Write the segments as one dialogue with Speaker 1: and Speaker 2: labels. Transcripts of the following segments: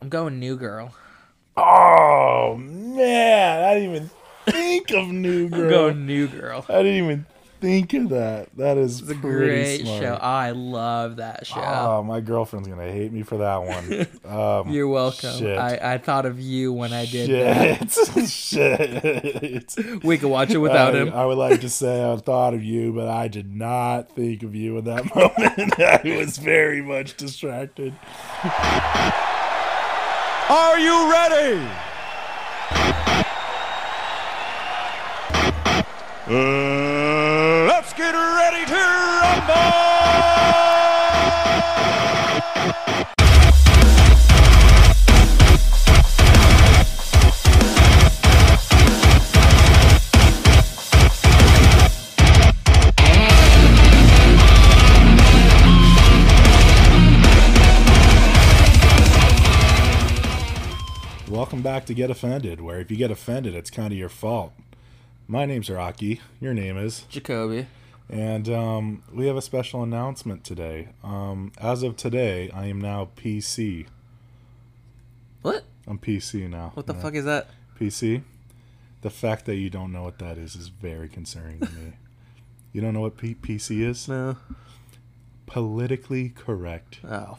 Speaker 1: I'm going New Girl.
Speaker 2: Oh man, I didn't even think of New
Speaker 1: I'm
Speaker 2: Girl.
Speaker 1: going New Girl.
Speaker 2: I didn't even think of that. That is
Speaker 1: It's a
Speaker 2: pretty
Speaker 1: great
Speaker 2: smart.
Speaker 1: show. I love that show.
Speaker 2: Oh, my girlfriend's gonna hate me for that one. Um,
Speaker 1: You're welcome.
Speaker 2: shit.
Speaker 1: I, I thought of you when I did that.
Speaker 2: shit, shit.
Speaker 1: We could watch it without
Speaker 2: I,
Speaker 1: him.
Speaker 2: I would like to say I thought of you, but I did not think of you in that moment. I was very much distracted.
Speaker 3: Are you ready? Uh, let's get ready to rumble!
Speaker 2: Welcome back to Get Offended, where if you get offended, it's kind of your fault. My name's Rocky. Your name is.
Speaker 1: Jacoby.
Speaker 2: And um, we have a special announcement today. Um, as of today, I am now PC.
Speaker 1: What?
Speaker 2: I'm PC now.
Speaker 1: What the
Speaker 2: Yeah.
Speaker 1: fuck is that?
Speaker 2: PC? The fact that you don't know what that is is very concerning to me. You don't know what P- PC is?
Speaker 1: No.
Speaker 2: Politically correct.
Speaker 1: Oh.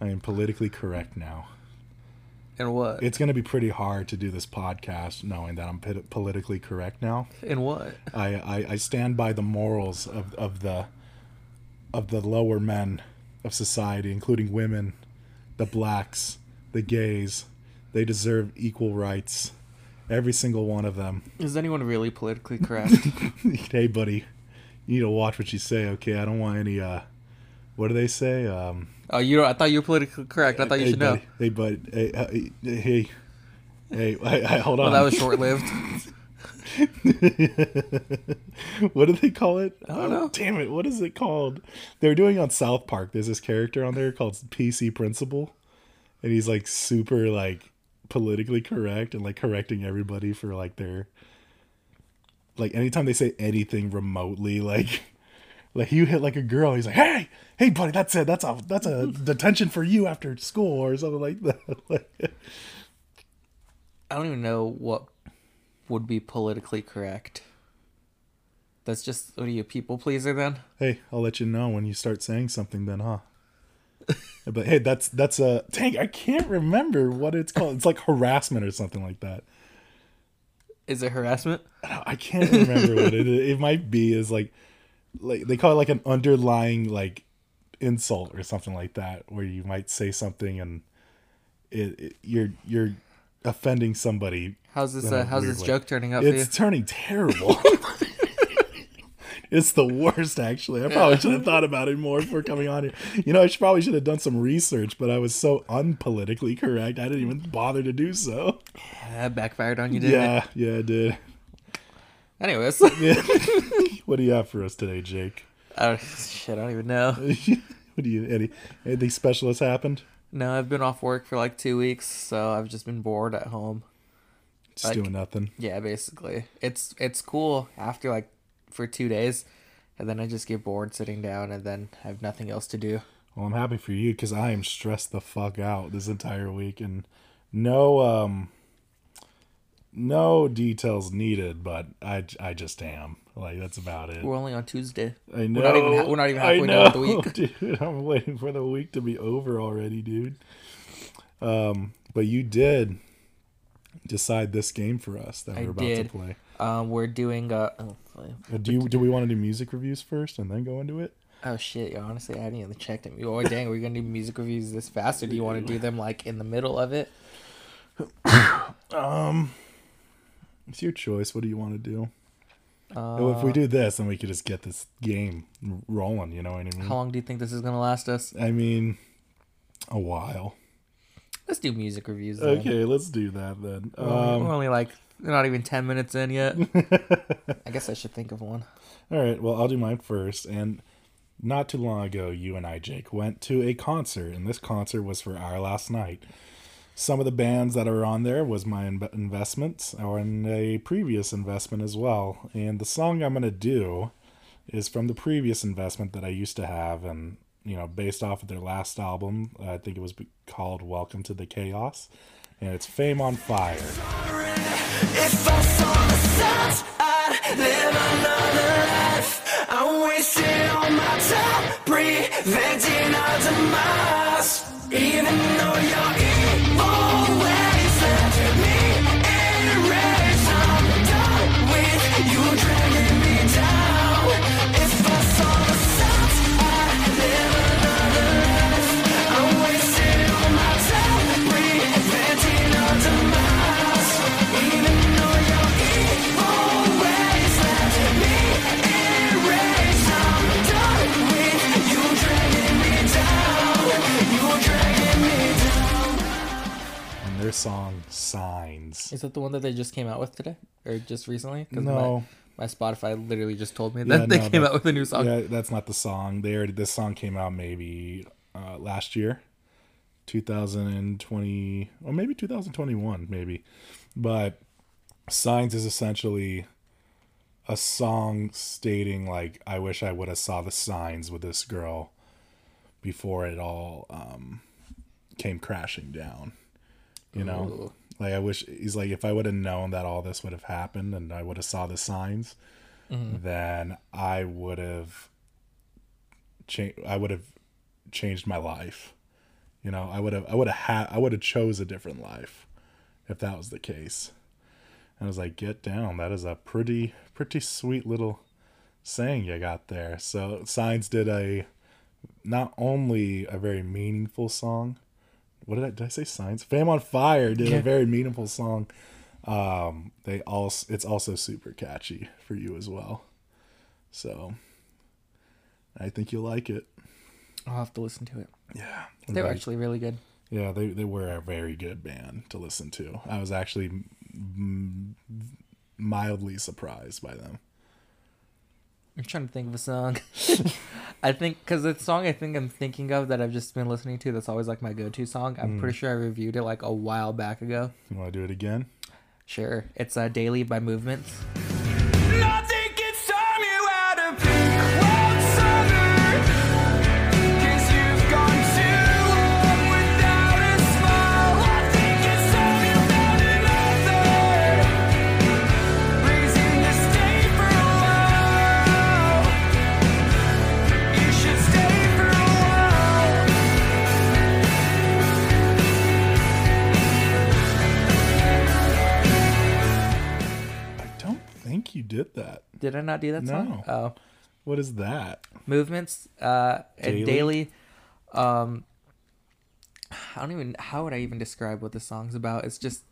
Speaker 2: I am politically correct now.
Speaker 1: And what?
Speaker 2: It's going to be pretty hard to do this podcast knowing that I'm pit- politically correct now.
Speaker 1: And what?
Speaker 2: I, I, I stand by the morals of, of the of the lower men of society, including women, the blacks, the gays. They deserve equal rights. Every single one of them.
Speaker 1: Is anyone really politically correct?
Speaker 2: hey buddy, you need to watch what you say, okay? I don't want any uh what do they say? Um
Speaker 1: oh, you don't. I thought you were politically correct. I thought you
Speaker 2: hey,
Speaker 1: should know.
Speaker 2: buddy, Hey buddy, hey uh, hey hey, hey, hey, hey, hold on.
Speaker 1: Well, that was short lived.
Speaker 2: what do they call it? I
Speaker 1: don't know.
Speaker 2: Damn it! What is it called? They were doing on South Park. There's this character on there called PC Principal, and he's like super like politically correct and like correcting everybody for like their like anytime they say anything remotely like like you hit like a girl he's like hey hey buddy that's it that's a that's a detention for you after school or something like that like,
Speaker 1: I don't even know what would be politically correct. That's just what are you a people pleaser then?
Speaker 2: Hey, I'll let you know when you start saying something then, huh? but hey, that's that's a dang, I can't remember what it's called. It's like harassment or something like that.
Speaker 1: Is it harassment?
Speaker 2: I can't remember what it it might be is like like they call it like an underlying like insult or something like that where you might say something and it, it you're you're offending somebody.
Speaker 1: How's this?
Speaker 2: in a
Speaker 1: Uh, how's
Speaker 2: weird
Speaker 1: this
Speaker 2: way.
Speaker 1: joke turning out for you?
Speaker 2: It's turning terrible. it's the worst, actually. I probably should have thought about it more before coming on here. You know, I should, probably should have done some research, but I was so unpolitically correct, I didn't even bother to do so.
Speaker 1: That backfired on you, didn't it?
Speaker 2: yeah, yeah, I did.
Speaker 1: Anyways,
Speaker 2: What do you have for us today, Jake?
Speaker 1: I don't, shit, I don't even know.
Speaker 2: what do you? Any anything special has happened?
Speaker 1: No, I've been off work for like two weeks, so I've just been bored at home.
Speaker 2: Just
Speaker 1: Like-
Speaker 2: doing nothing.
Speaker 1: Yeah, basically, it's it's cool after like for two days, and then I just get bored sitting down, and then I have nothing else to do.
Speaker 2: Well, I'm happy for you because I am stressed the fuck out this entire week, and no, um, no details needed. But I, I just am like that's about it.
Speaker 1: We're only on Tuesday.
Speaker 2: I know.
Speaker 1: not even ha- we're not even halfway
Speaker 2: I
Speaker 1: done with the
Speaker 2: know,
Speaker 1: week.
Speaker 2: dude. I'm waiting for the week to be over already, dude. Um, but you did decide this game for us that
Speaker 1: I
Speaker 2: we're about to
Speaker 1: did.
Speaker 2: play.
Speaker 1: Um, we're doing uh oh, play-
Speaker 2: Uh, Do you, do we want to do music reviews first and then go into it?
Speaker 1: oh shit, yo, honestly, I hadn't even checked it. Oh dang, we're gonna do music reviews this fast, or do you want to do them like in the middle of it?
Speaker 2: It's your choice. What do you want to do? Oh, if we do this, then we could just get this game rolling. You know what I mean?
Speaker 1: How long do you think this is gonna last us?
Speaker 2: I mean, a while.
Speaker 1: Let's do music reviews. Then.
Speaker 2: Okay, let's do that then.
Speaker 1: We're only-
Speaker 2: Um,
Speaker 1: we're only like we're not even ten minutes in yet. I guess I should think of one.
Speaker 2: all right. Well, I'll do mine first. And not too long ago, you and I, Jake, went to a concert, and this concert was for our last night. Some of the bands that are on there was my inv- investments or in a previous investment as well. And the song I'm gonna do is from the previous investment that I used to have, and you know, based off of their last album. I think it was be- called Welcome to the Chaos, and it's Fame on Fire.
Speaker 4: If I saw the signs, I'd live another life. I'm wasting all my time preventing our demise. Even though you're always left me in rage, I'm done with you dragging me down. If I saw the signs, I'd live another life. I'm wasting all my time preventing our demise. Even though you're always left me in rage, I'm done with you dragging me down. You dragging me down.
Speaker 2: And their song Signs.
Speaker 1: Is that the one that they just came out with today or just recently? 'Cause
Speaker 2: No.
Speaker 1: My, my Spotify literally just told me
Speaker 2: Yeah,
Speaker 1: that they
Speaker 2: no,
Speaker 1: came
Speaker 2: that-
Speaker 1: out with a new song.
Speaker 2: Yeah, that's not the song. They already this song came out maybe uh, last year, 2020 or maybe 2021, maybe. But Signs is essentially a song stating like I wish I would have saw the signs with this girl before it all um, came crashing down. You know,
Speaker 1: Ooh.
Speaker 2: like I wish he's like if I would have known that all this would have happened and I would have saw the signs, then I would have changed. I would have changed my life. You know, I would have I would have had I would have chose a different life if that was the case. And I was like, "Get down! That is a pretty pretty sweet little saying you got there." So signs did a not only a very meaningful song. What did I did I say? Signs. Fame on Fire did
Speaker 1: Yeah.
Speaker 2: a very meaningful song. Um, they also it's also super catchy for you as well. So I think you'll like it.
Speaker 1: I'll have to listen to it.
Speaker 2: Yeah.
Speaker 1: They were
Speaker 2: Like-
Speaker 1: actually really good.
Speaker 2: yeah, they, they were a very good band to listen to. I was actually m- mildly surprised by them.
Speaker 1: I'm trying to think of a song. I think because the song I think I'm thinking of that I've just been listening to that's always like my go-to song.
Speaker 2: Hmm.
Speaker 1: I'm pretty sure I reviewed it like a while back ago.
Speaker 2: You want to do it again?
Speaker 1: Sure, it's uh, "Daily" by Movements.
Speaker 4: Nothing can storm you out of cold summer. Cause you've gone too long without a smile. Nothing can storm you out another. Reason to stay for a while. You should stay for a while.
Speaker 2: I don't think you did that.
Speaker 1: Did I not do that song?
Speaker 2: No.
Speaker 1: Oh,
Speaker 2: What is that?
Speaker 1: movements uh, and
Speaker 2: Daily?
Speaker 1: daily. Um, I don't even. How would I even describe what the song's about? It's just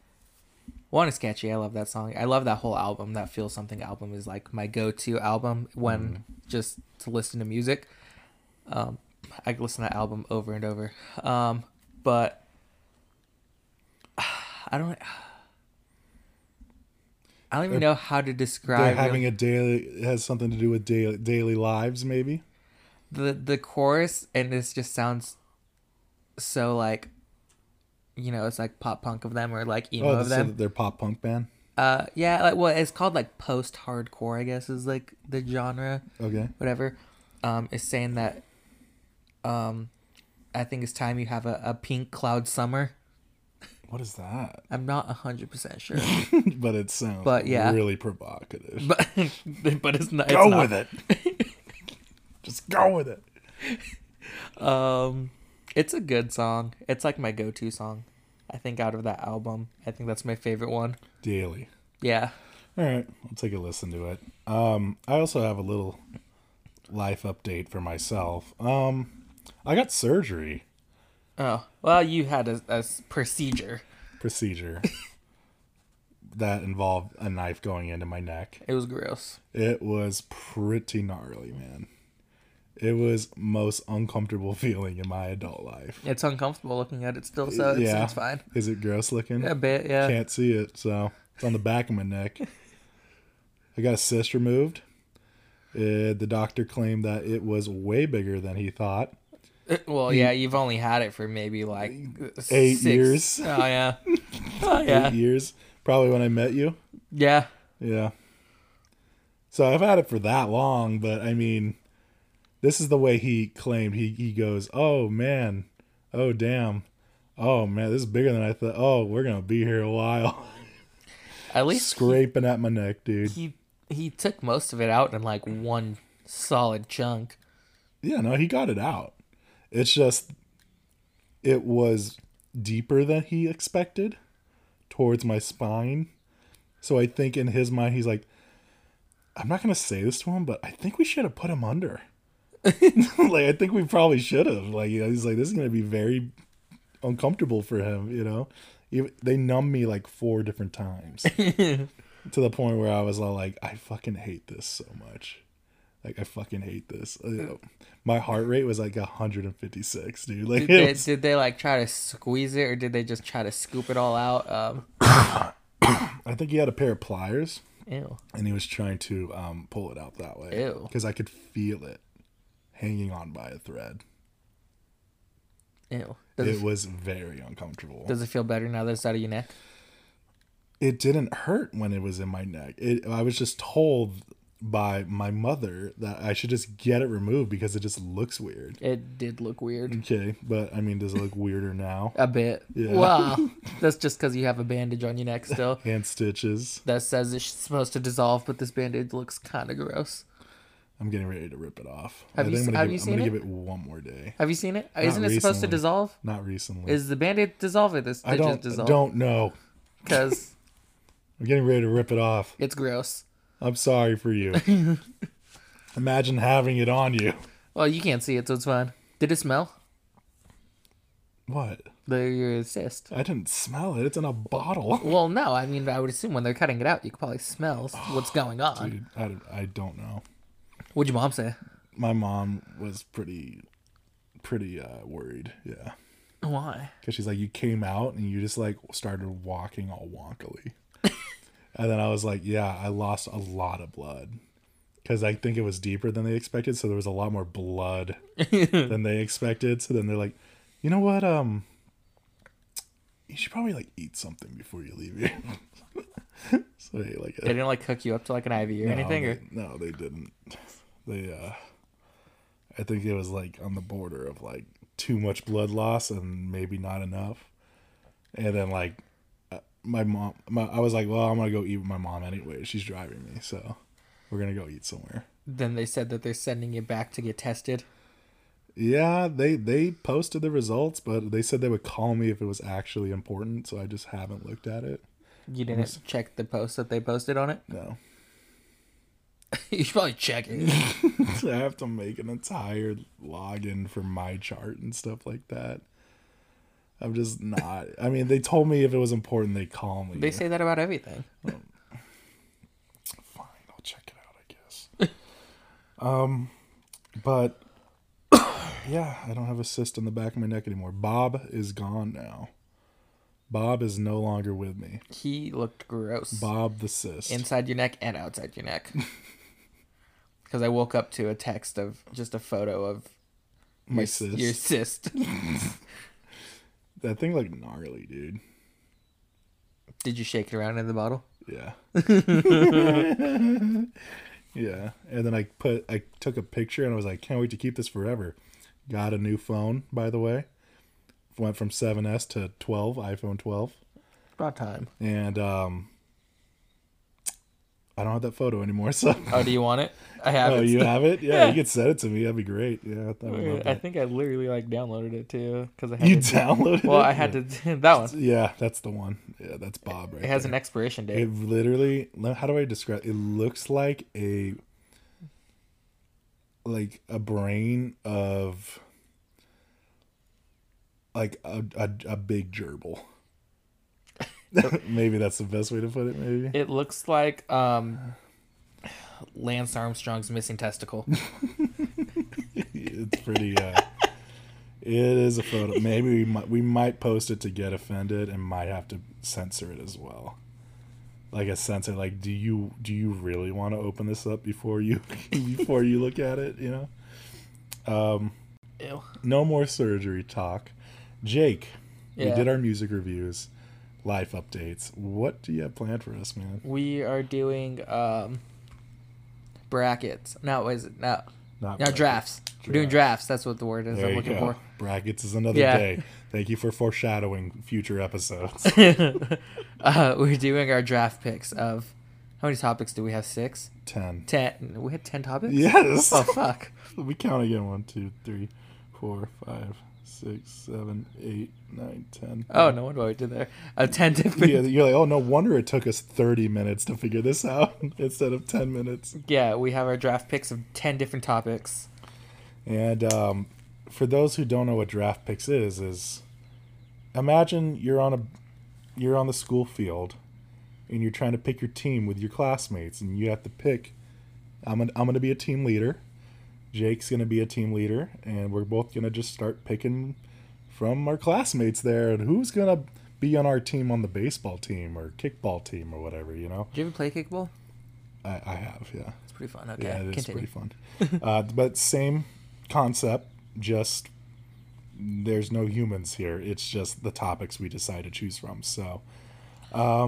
Speaker 1: one is catchy. I love that song. I love that whole album. That feel something album is like my go-to album when
Speaker 2: Mm.
Speaker 1: just to listen to music. Um, I could listen to that album over and over. Um, but I don't. I don't even know how to
Speaker 2: They're
Speaker 1: describe.
Speaker 2: having a daily it has something to do with daily daily lives, maybe.
Speaker 1: the the chorus and this just sounds so like you know it's like pop punk of them or like emo
Speaker 2: Oh,
Speaker 1: of
Speaker 2: so
Speaker 1: them
Speaker 2: they're pop punk band.
Speaker 1: uh yeah like well it's called like post hardcore i guess is like the genre
Speaker 2: Okay.
Speaker 1: whatever um is saying that um i think it's time you have a, a pink cloud summer
Speaker 2: What is that?
Speaker 1: i'm not 100% sure
Speaker 2: but it sounds
Speaker 1: But, yeah.
Speaker 2: really provocative.
Speaker 1: but but it's not
Speaker 2: go
Speaker 1: it's not.
Speaker 2: with it. Just go with it.
Speaker 1: Um, it's a good song. It's like my go-to song. I think out of that album, I think that's my favorite one.
Speaker 2: Daily.
Speaker 1: Yeah.
Speaker 2: All right, I'll take a listen to it. Um, I also have a little life update for myself. Um, I got surgery
Speaker 1: Oh well, you had a, a s- procedure.
Speaker 2: procedure that involved a knife going into my neck.
Speaker 1: It was gross.
Speaker 2: It was pretty gnarly, man. It was most uncomfortable feeling in my adult life.
Speaker 1: It's uncomfortable looking at it still, so it's, it's fine.
Speaker 2: Is it gross looking?
Speaker 1: A bit, yeah.
Speaker 2: Can't see it, so it's on the back of my neck. I got a cyst removed. Uh, the doctor claimed that it was way bigger than he thought.
Speaker 1: Well, yeah, you've only had it for maybe like
Speaker 2: Eight
Speaker 1: six-
Speaker 2: years.
Speaker 1: Oh yeah. Oh yeah.
Speaker 2: Eight years, probably when I met you.
Speaker 1: Yeah.
Speaker 2: Yeah. So I've had it for that long, but I mean, this is the way he claimed he he goes, "Oh man. Oh damn. Oh man, this is bigger than I thought. Oh, we're going to be here a while."
Speaker 1: At least
Speaker 2: Scraping at my neck, dude.
Speaker 1: he he took most of it out in like one solid chunk.
Speaker 2: Yeah, no, he got it out. It's just it was deeper than he expected towards my spine. So I think in his mind he's like I'm not going to say this to him, but I think we should have put him under. like I think we probably should have. Like you know, he's like this is going to be very uncomfortable for him, you know. Even- They numbed me like four different times to the point where I was all like I fucking hate this so much. Like I fucking hate this. Ew. My heart rate was like 156, dude. Like
Speaker 1: Did
Speaker 2: it
Speaker 1: they,
Speaker 2: was-
Speaker 1: did they like try to squeeze it, or did they just try to scoop it all out? Um,
Speaker 2: I think he had a pair of pliers
Speaker 1: ew.
Speaker 2: and he was trying to um, pull it out that way.
Speaker 1: Ew.
Speaker 2: Because I could feel it hanging on by a thread.
Speaker 1: Ew. Does it,
Speaker 2: It was very uncomfortable.
Speaker 1: does it feel better now that it's out of your neck?
Speaker 2: it didn't hurt when it was in my neck. It, I was just told by my mother that I should just get it removed because it just looks weird.
Speaker 1: It did look weird.
Speaker 2: Okay, but I mean, does it look weirder now?
Speaker 1: A bit.
Speaker 2: Yeah.
Speaker 1: Wow. That's just because you have a bandage on your neck still
Speaker 2: Hand stitches.
Speaker 1: that says it's supposed to dissolve, but this bandage looks kind of gross.
Speaker 2: I'm getting ready to rip it off.
Speaker 1: Have
Speaker 2: I
Speaker 1: you
Speaker 2: think
Speaker 1: se-
Speaker 2: I'm gonna,
Speaker 1: have
Speaker 2: give,
Speaker 1: you
Speaker 2: I'm
Speaker 1: seen
Speaker 2: gonna
Speaker 1: it?
Speaker 2: give it one more day.
Speaker 1: Have you seen it? Isn't it supposed to
Speaker 2: recently.
Speaker 1: dissolve?
Speaker 2: Not recently.
Speaker 1: Is the bandage dissolve or the
Speaker 2: I
Speaker 1: stitches
Speaker 2: don't
Speaker 1: dissolve?
Speaker 2: don't know.
Speaker 1: Because
Speaker 2: I'm getting ready to rip it off.
Speaker 1: it's gross.
Speaker 2: I'm sorry for you. Imagine having it on you.
Speaker 1: Well, you can't see it, so it's fine. Did it smell?
Speaker 2: What?
Speaker 1: The your cyst.
Speaker 2: I didn't smell it. It's in a bottle.
Speaker 1: Well, no. I mean, I would assume when they're cutting it out, you could probably smell what's going on.
Speaker 2: Dude, I, I don't know.
Speaker 1: What'd your mom say?
Speaker 2: My mom was pretty pretty uh, worried. Yeah.
Speaker 1: Why?
Speaker 2: Because she's like, you came out and you just like started walking all wonkily. and then I was like, yeah, I lost a lot of blood. Because I think it was deeper than they expected. So there was a lot more blood than they expected. So then they're like, you know what? Um, you should probably like eat something before you leave here. so they like,
Speaker 1: They didn't like hook you up to like an IV or anything, or
Speaker 2: no, Oh, they, no, they didn't. They, uh, I think it was like on the border of like too much blood loss and maybe not enough. And then like uh, my mom, my, I was like, well, I'm gonna go eat with my mom anyway. She's driving me, so we're gonna go eat somewhere.
Speaker 1: then they said that they're sending you back to get tested.
Speaker 2: Yeah, they they posted the results, but they said they would call me if it was actually important. So I just haven't looked at it.
Speaker 1: You didn't check the post that they posted on it.
Speaker 2: No,
Speaker 1: you should probably check it.
Speaker 2: I have to make an entire login for my chart and stuff like that. I'm just not. I mean, they told me if it was important, they call me.
Speaker 1: they say that about everything.
Speaker 2: fine. I'll check it out, I guess. um, but yeah, I don't have a cyst on the back of my neck anymore. Bob is gone now. Bob is no longer with me.
Speaker 1: He looked gross.
Speaker 2: Bob the cyst.
Speaker 1: inside your neck and outside your neck. Because I woke up to a text of just a photo of
Speaker 2: my
Speaker 1: your,
Speaker 2: cyst.
Speaker 1: your cyst.
Speaker 2: That thing looked gnarly, dude.
Speaker 1: Did you shake it around in the bottle?
Speaker 2: Yeah. yeah. And then I put I took a picture and I was like, can't wait to keep this forever. Got a new phone, by the way. Went from 7S to 12, iPhone 12.
Speaker 1: About time.
Speaker 2: And um I don't have that photo anymore, so
Speaker 1: Oh, do you want it? I have
Speaker 2: Oh,
Speaker 1: it.
Speaker 2: you
Speaker 1: still.
Speaker 2: have it? Yeah, you could send it to me. That'd be great. Yeah, I would love
Speaker 1: I
Speaker 2: that.
Speaker 1: think I literally like downloaded it too because I had
Speaker 2: You
Speaker 1: to-
Speaker 2: downloaded
Speaker 1: Well,
Speaker 2: it?
Speaker 1: I had to that one.
Speaker 2: Yeah, that's the one. Yeah, that's Bob right
Speaker 1: It has
Speaker 2: there.
Speaker 1: an expiration date.
Speaker 2: It literally, le- how do I describe? It looks like a like a brain of like a a, a big gerbil. maybe that's the best way to put it. Maybe
Speaker 1: It looks like um, Lance Armstrong's missing testicle.
Speaker 2: it's pretty. Uh, it is a photo. Maybe we might we might post it to get offended and might have to censor it as well. Like a censor, like do you do you really want to open this up before you before you look at it? You know.
Speaker 1: Ew.
Speaker 2: no more surgery talk. Jake, we
Speaker 1: Yeah.
Speaker 2: did our music reviews, life updates. What do you have planned for us, man?
Speaker 1: We are doing um, brackets. No, what is it? No,
Speaker 2: Not
Speaker 1: Now
Speaker 2: brackets.
Speaker 1: drafts. We're doing drafts. That's what the word is
Speaker 2: There
Speaker 1: I'm
Speaker 2: you
Speaker 1: looking
Speaker 2: go.
Speaker 1: for.
Speaker 2: Brackets is another
Speaker 1: Yeah.
Speaker 2: day. Thank you for foreshadowing future episodes.
Speaker 1: Uh, we're doing our draft picks of how many topics do we have? Six,
Speaker 2: Ten.
Speaker 1: ten. We had ten topics.
Speaker 2: Yes.
Speaker 1: Oh fuck.
Speaker 2: We count again. One, two, three, four, five, six, seven, eight, nine, ten.
Speaker 1: Oh no wonder what we did there. A ten different.
Speaker 2: Yeah,
Speaker 1: Yeah.
Speaker 2: you're like, oh no wonder it took us thirty minutes to figure this out instead of ten minutes.
Speaker 1: we have our draft picks of ten different topics.
Speaker 2: And um, for those who don't know what draft picks is, is imagine you're on a you're on the school field and you're trying to pick your team with your classmates, and you have to pick. I'm an, I'm going to be a team leader. Jake's going to be a team leader, and we're both going to just start picking from our classmates there, and who's going to be on our team on the baseball team or kickball team or whatever. You know,
Speaker 1: Did you ever play kickball?
Speaker 2: I, I have yeah.
Speaker 1: It's pretty fun. Okay,
Speaker 2: Yeah, it is
Speaker 1: continue.
Speaker 2: pretty fun. uh, but same concept, just there's no humans here. It's just the topics we decide to choose from. So, um,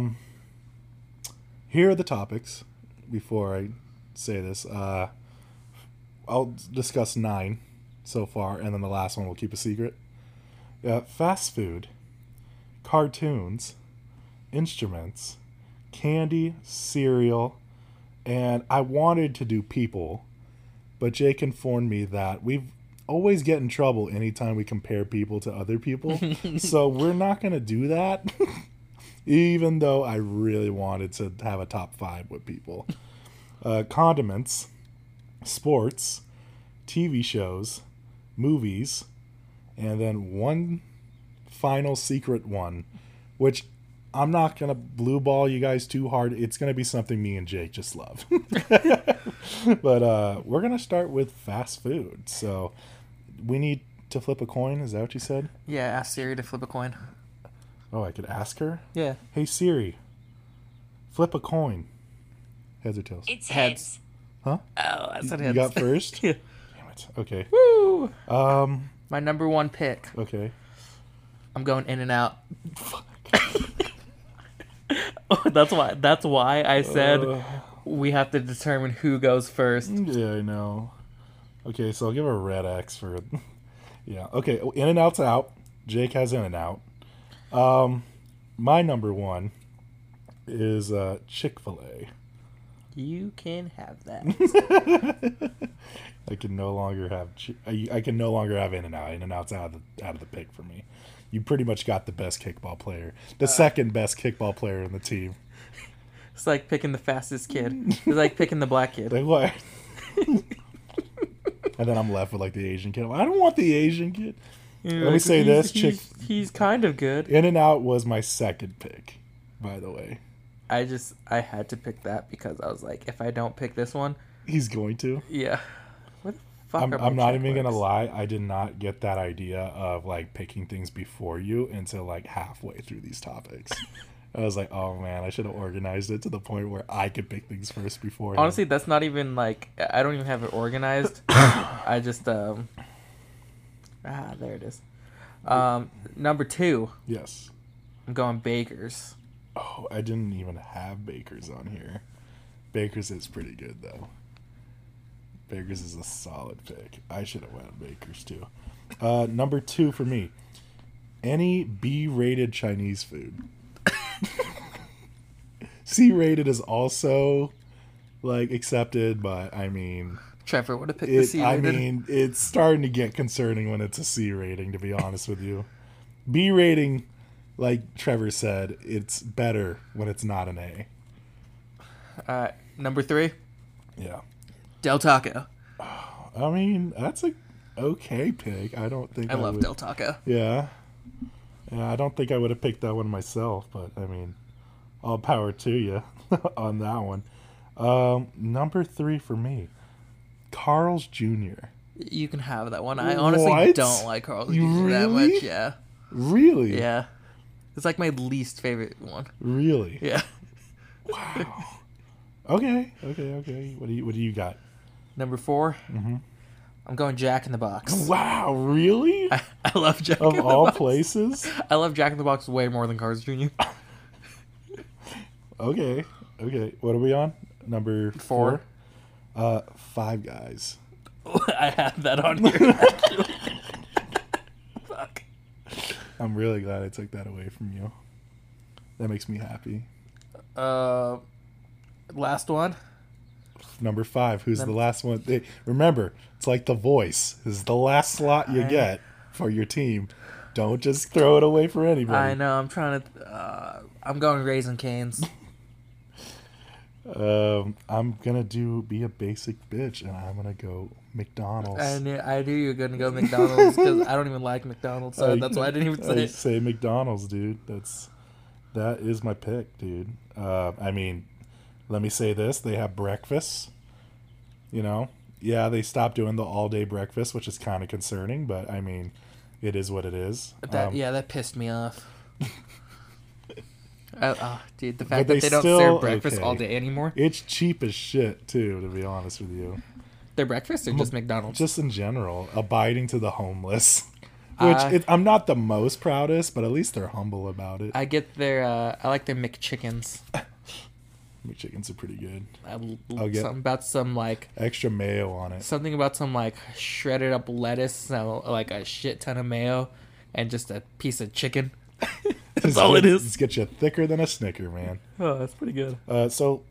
Speaker 2: here are the topics. Before I say this, uh, I'll discuss nine so far, and then the last one we'll keep a secret. Uh, fast food, cartoons, instruments, candy, cereal and I wanted to do people, but Jake informed me that we've always get in trouble anytime we compare people to other people. so we're not going to do that, even though I really wanted to have a top five with people. Uh, condiments, sports, TV shows, movies, and then one final secret one, which I'm not gonna blue ball you guys too hard. It's gonna be something me and Jake just love. but uh, we're gonna start with fast food. So we need to flip a coin. Is that what you said?
Speaker 1: Yeah, ask Siri to flip a coin.
Speaker 2: Oh, I could ask her.
Speaker 1: Yeah.
Speaker 2: Hey Siri, flip a coin. Heads or tails?
Speaker 5: It's
Speaker 1: Heads.
Speaker 5: heads.
Speaker 1: Oh, that's what
Speaker 2: you got first.
Speaker 1: Yeah.
Speaker 2: Damn it. Okay.
Speaker 1: Woo!
Speaker 2: Um.
Speaker 1: My number one pick.
Speaker 2: Okay.
Speaker 1: I'm going in and out. Oh, that's why. That's why I said
Speaker 2: Uh,
Speaker 1: we have to determine who goes first.
Speaker 2: yeah, I know. Okay, so I'll give a red X for. yeah. Okay. oh, In and out's out. Jake has in and out. Um, my number one is uh, Chick Fil A.
Speaker 1: You can have that.
Speaker 2: I can no longer have Chi- I, I can no longer have In and Out. In and Out's out of the, out of the pick for me. You pretty much got the best kickball player, the second best kickball player in the team.
Speaker 1: It's like picking the fastest kid. It's like picking the black kid.
Speaker 2: Like what? and then I'm left with like the Asian kid. I don't want the Asian kid. Let me say this, Chick.
Speaker 1: He's, he's kind of good.
Speaker 2: In and Out was my second pick, by the way.
Speaker 1: I just I had to pick that because I was like, if I don't pick this one,
Speaker 2: He's going to.
Speaker 1: yeah. What the fuck?
Speaker 2: I'm,
Speaker 1: are my
Speaker 2: I'm not
Speaker 1: check
Speaker 2: even gonna
Speaker 1: marks?
Speaker 2: lie. I did not get that idea of like picking things before you until like halfway through these topics. I was like, oh man, I should have organized it to the point where I could pick things first before. him."
Speaker 1: Honestly, that's not even like I don't even have it organized. I just um ah there it is. Um, number two,
Speaker 2: yes.
Speaker 1: I'm going Baker's.
Speaker 2: Oh, I didn't even have Baker's on here. Baker's is pretty good though. Baker's is a solid pick. I should have went Baker's too. Uh, number two for me, any B-rated Chinese food. C-rated is also like accepted, but I mean,
Speaker 1: Trevor would have picked the
Speaker 2: it,
Speaker 1: C
Speaker 2: I
Speaker 1: rated.
Speaker 2: mean, it's starting to get concerning when it's a C rating. To be honest with you, B rating, like Trevor said, it's better when it's not an A.
Speaker 1: uh, number three,
Speaker 2: Yeah,
Speaker 1: Del Taco.
Speaker 2: I mean that's a okay pick. I don't think
Speaker 1: I love
Speaker 2: would,
Speaker 1: Del Taco.
Speaker 2: Yeah, yeah. I don't think I would have picked that one myself, but I mean, all power to you on that one. Um, number three for me, Carl's Jr.
Speaker 1: You can have that one. I honestly
Speaker 2: What?
Speaker 1: don't like Carl's
Speaker 2: You
Speaker 1: Jr. that
Speaker 2: really?
Speaker 1: much. Yeah,
Speaker 2: Really,
Speaker 1: yeah. It's like my least favorite one.
Speaker 2: really.
Speaker 1: Yeah.
Speaker 2: Okay, okay, okay. What do you What do you got?
Speaker 1: Number 4 i
Speaker 2: Mm-hmm.
Speaker 1: I'm going Jack in the Box.
Speaker 2: Wow, really?
Speaker 1: I, I love Jack in
Speaker 2: of
Speaker 1: the
Speaker 2: all
Speaker 1: Box.
Speaker 2: places?
Speaker 1: I love Jack in the Box way more than Carl's Jr.
Speaker 2: Okay, okay. What are we on? Number four.
Speaker 1: Four.
Speaker 2: Uh, Five Guys.
Speaker 5: I had that on here. actually. Fuck.
Speaker 2: I'm really glad I took that away from you. That makes me happy.
Speaker 5: Uh, last one.
Speaker 2: Number five, who's the last one? They, remember, it's like the voice. This is the last slot you get for your team. Don't just throw it away for anybody.
Speaker 1: I know. I'm trying to. Uh, I'm going raisin canes.
Speaker 2: Um, I'm gonna do be a basic bitch, and I'm gonna go McDonald's.
Speaker 1: I knew. I knew you were gonna go McDonald's because I don't even like McDonald's,
Speaker 2: Oh,
Speaker 1: so Uh, that's why I didn't even say
Speaker 2: I
Speaker 1: it.
Speaker 2: say McDonald's, dude. That's that is my pick, dude. Uh, I mean, let me say this: they have breakfast. You know, yeah, they stopped doing the all-day breakfast, which is kind of concerning, but I mean, it is what it is.
Speaker 1: That e-
Speaker 2: Um,
Speaker 1: yeah, that pissed me off. uh, oh, dude, the fact
Speaker 2: But
Speaker 1: that
Speaker 2: they
Speaker 1: they, don't
Speaker 2: still-
Speaker 1: serve breakfast all
Speaker 2: okay.
Speaker 1: day anymore.
Speaker 2: It's cheap as shit too, to be honest with you.
Speaker 1: Their breakfast or just McDonald's?
Speaker 2: Just in general, abiding to the homeless. Which
Speaker 1: I-
Speaker 2: it, I'm not the most proudest, but at least they're humble about it.
Speaker 1: I get their. Uh, I like their McChickens.
Speaker 2: McChickens are pretty good.
Speaker 1: I l-
Speaker 2: I'll get-
Speaker 1: something about some like
Speaker 2: Extra mayo on it.
Speaker 1: something about some like shredded up lettuce, so, like a shit ton of mayo, and just a piece of chicken.
Speaker 2: That's
Speaker 5: all it is.
Speaker 2: It's get you thicker than a snicker, man.
Speaker 1: Oh, that's pretty good.
Speaker 2: Uh, so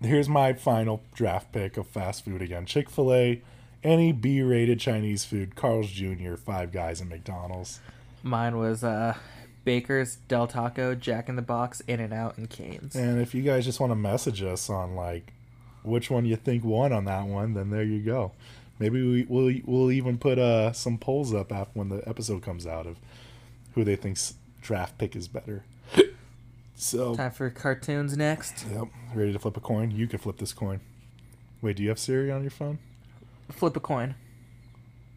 Speaker 2: here's my final draft pick of fast food again: Chick Fil A, any B-rated Chinese food, Carl's Jr., Five Guys, and McDonald's.
Speaker 1: Mine was uh, Baker's, Del Taco, Jack in the Box, In and Out, and Canes.
Speaker 2: And if you guys just want to message us on like which one you think won on that one, then there you go. Maybe we, we'll we'll even put uh, some polls up after when the episode comes out of who they think's draft pick is better. So
Speaker 1: Time for cartoons next.
Speaker 2: Yep. Ready to flip a coin? You can flip this coin. Wait, do you have Siri on your phone?
Speaker 1: Flip a coin.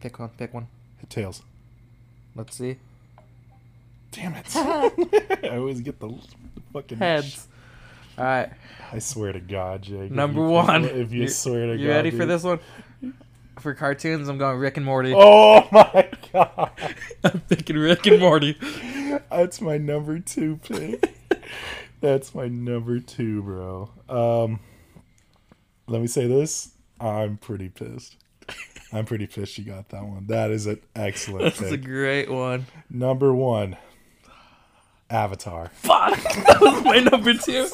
Speaker 1: Pick one. Pick one.
Speaker 2: Hit tails.
Speaker 1: Let's see.
Speaker 2: Damn it. I always get the fucking
Speaker 1: Heads. All right.
Speaker 2: I swear to God, Jake. if
Speaker 1: Number
Speaker 2: you-
Speaker 1: one.
Speaker 2: If you
Speaker 1: You-
Speaker 2: swear to God.
Speaker 1: You ready for
Speaker 2: dude.
Speaker 1: this one? For cartoons, I'm going Rick and Morty.
Speaker 2: Oh my God.
Speaker 1: I'm thinking Rick and Morty.
Speaker 2: That's my number two pick. That's my number two, bro. Um, let me say this. I'm pretty pissed. I'm pretty pissed you got that one. That is an excellent
Speaker 1: This
Speaker 2: pick.
Speaker 1: is a great one.
Speaker 2: Number one, Avatar.
Speaker 5: Fuck. That was my number two.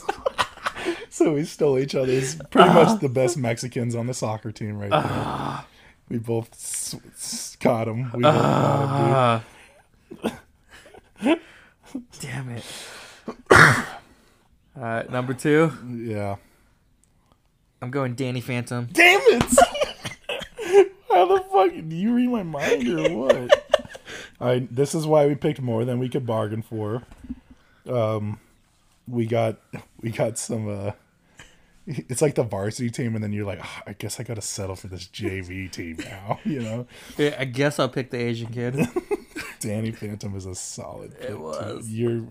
Speaker 2: So we stole each other's pretty much the best Mexicans on the soccer team right there. We both s- s- caught them. We both caught 'em,
Speaker 1: Damn it. All right, number two.
Speaker 2: dude. Yeah.
Speaker 1: I'm going Danny Phantom.
Speaker 2: Ah. Damn it! How the fuck do you read my mind or what? I this is why we picked more than we could bargain for. Um, we got we got some. uh It's like the varsity team, and then you're like, "Ah, I guess I gotta settle for this JV team now. You know,
Speaker 1: Yeah, I guess I'll pick the Asian kid.
Speaker 2: Danny Phantom is a solid. pick, too.
Speaker 1: was.
Speaker 2: You're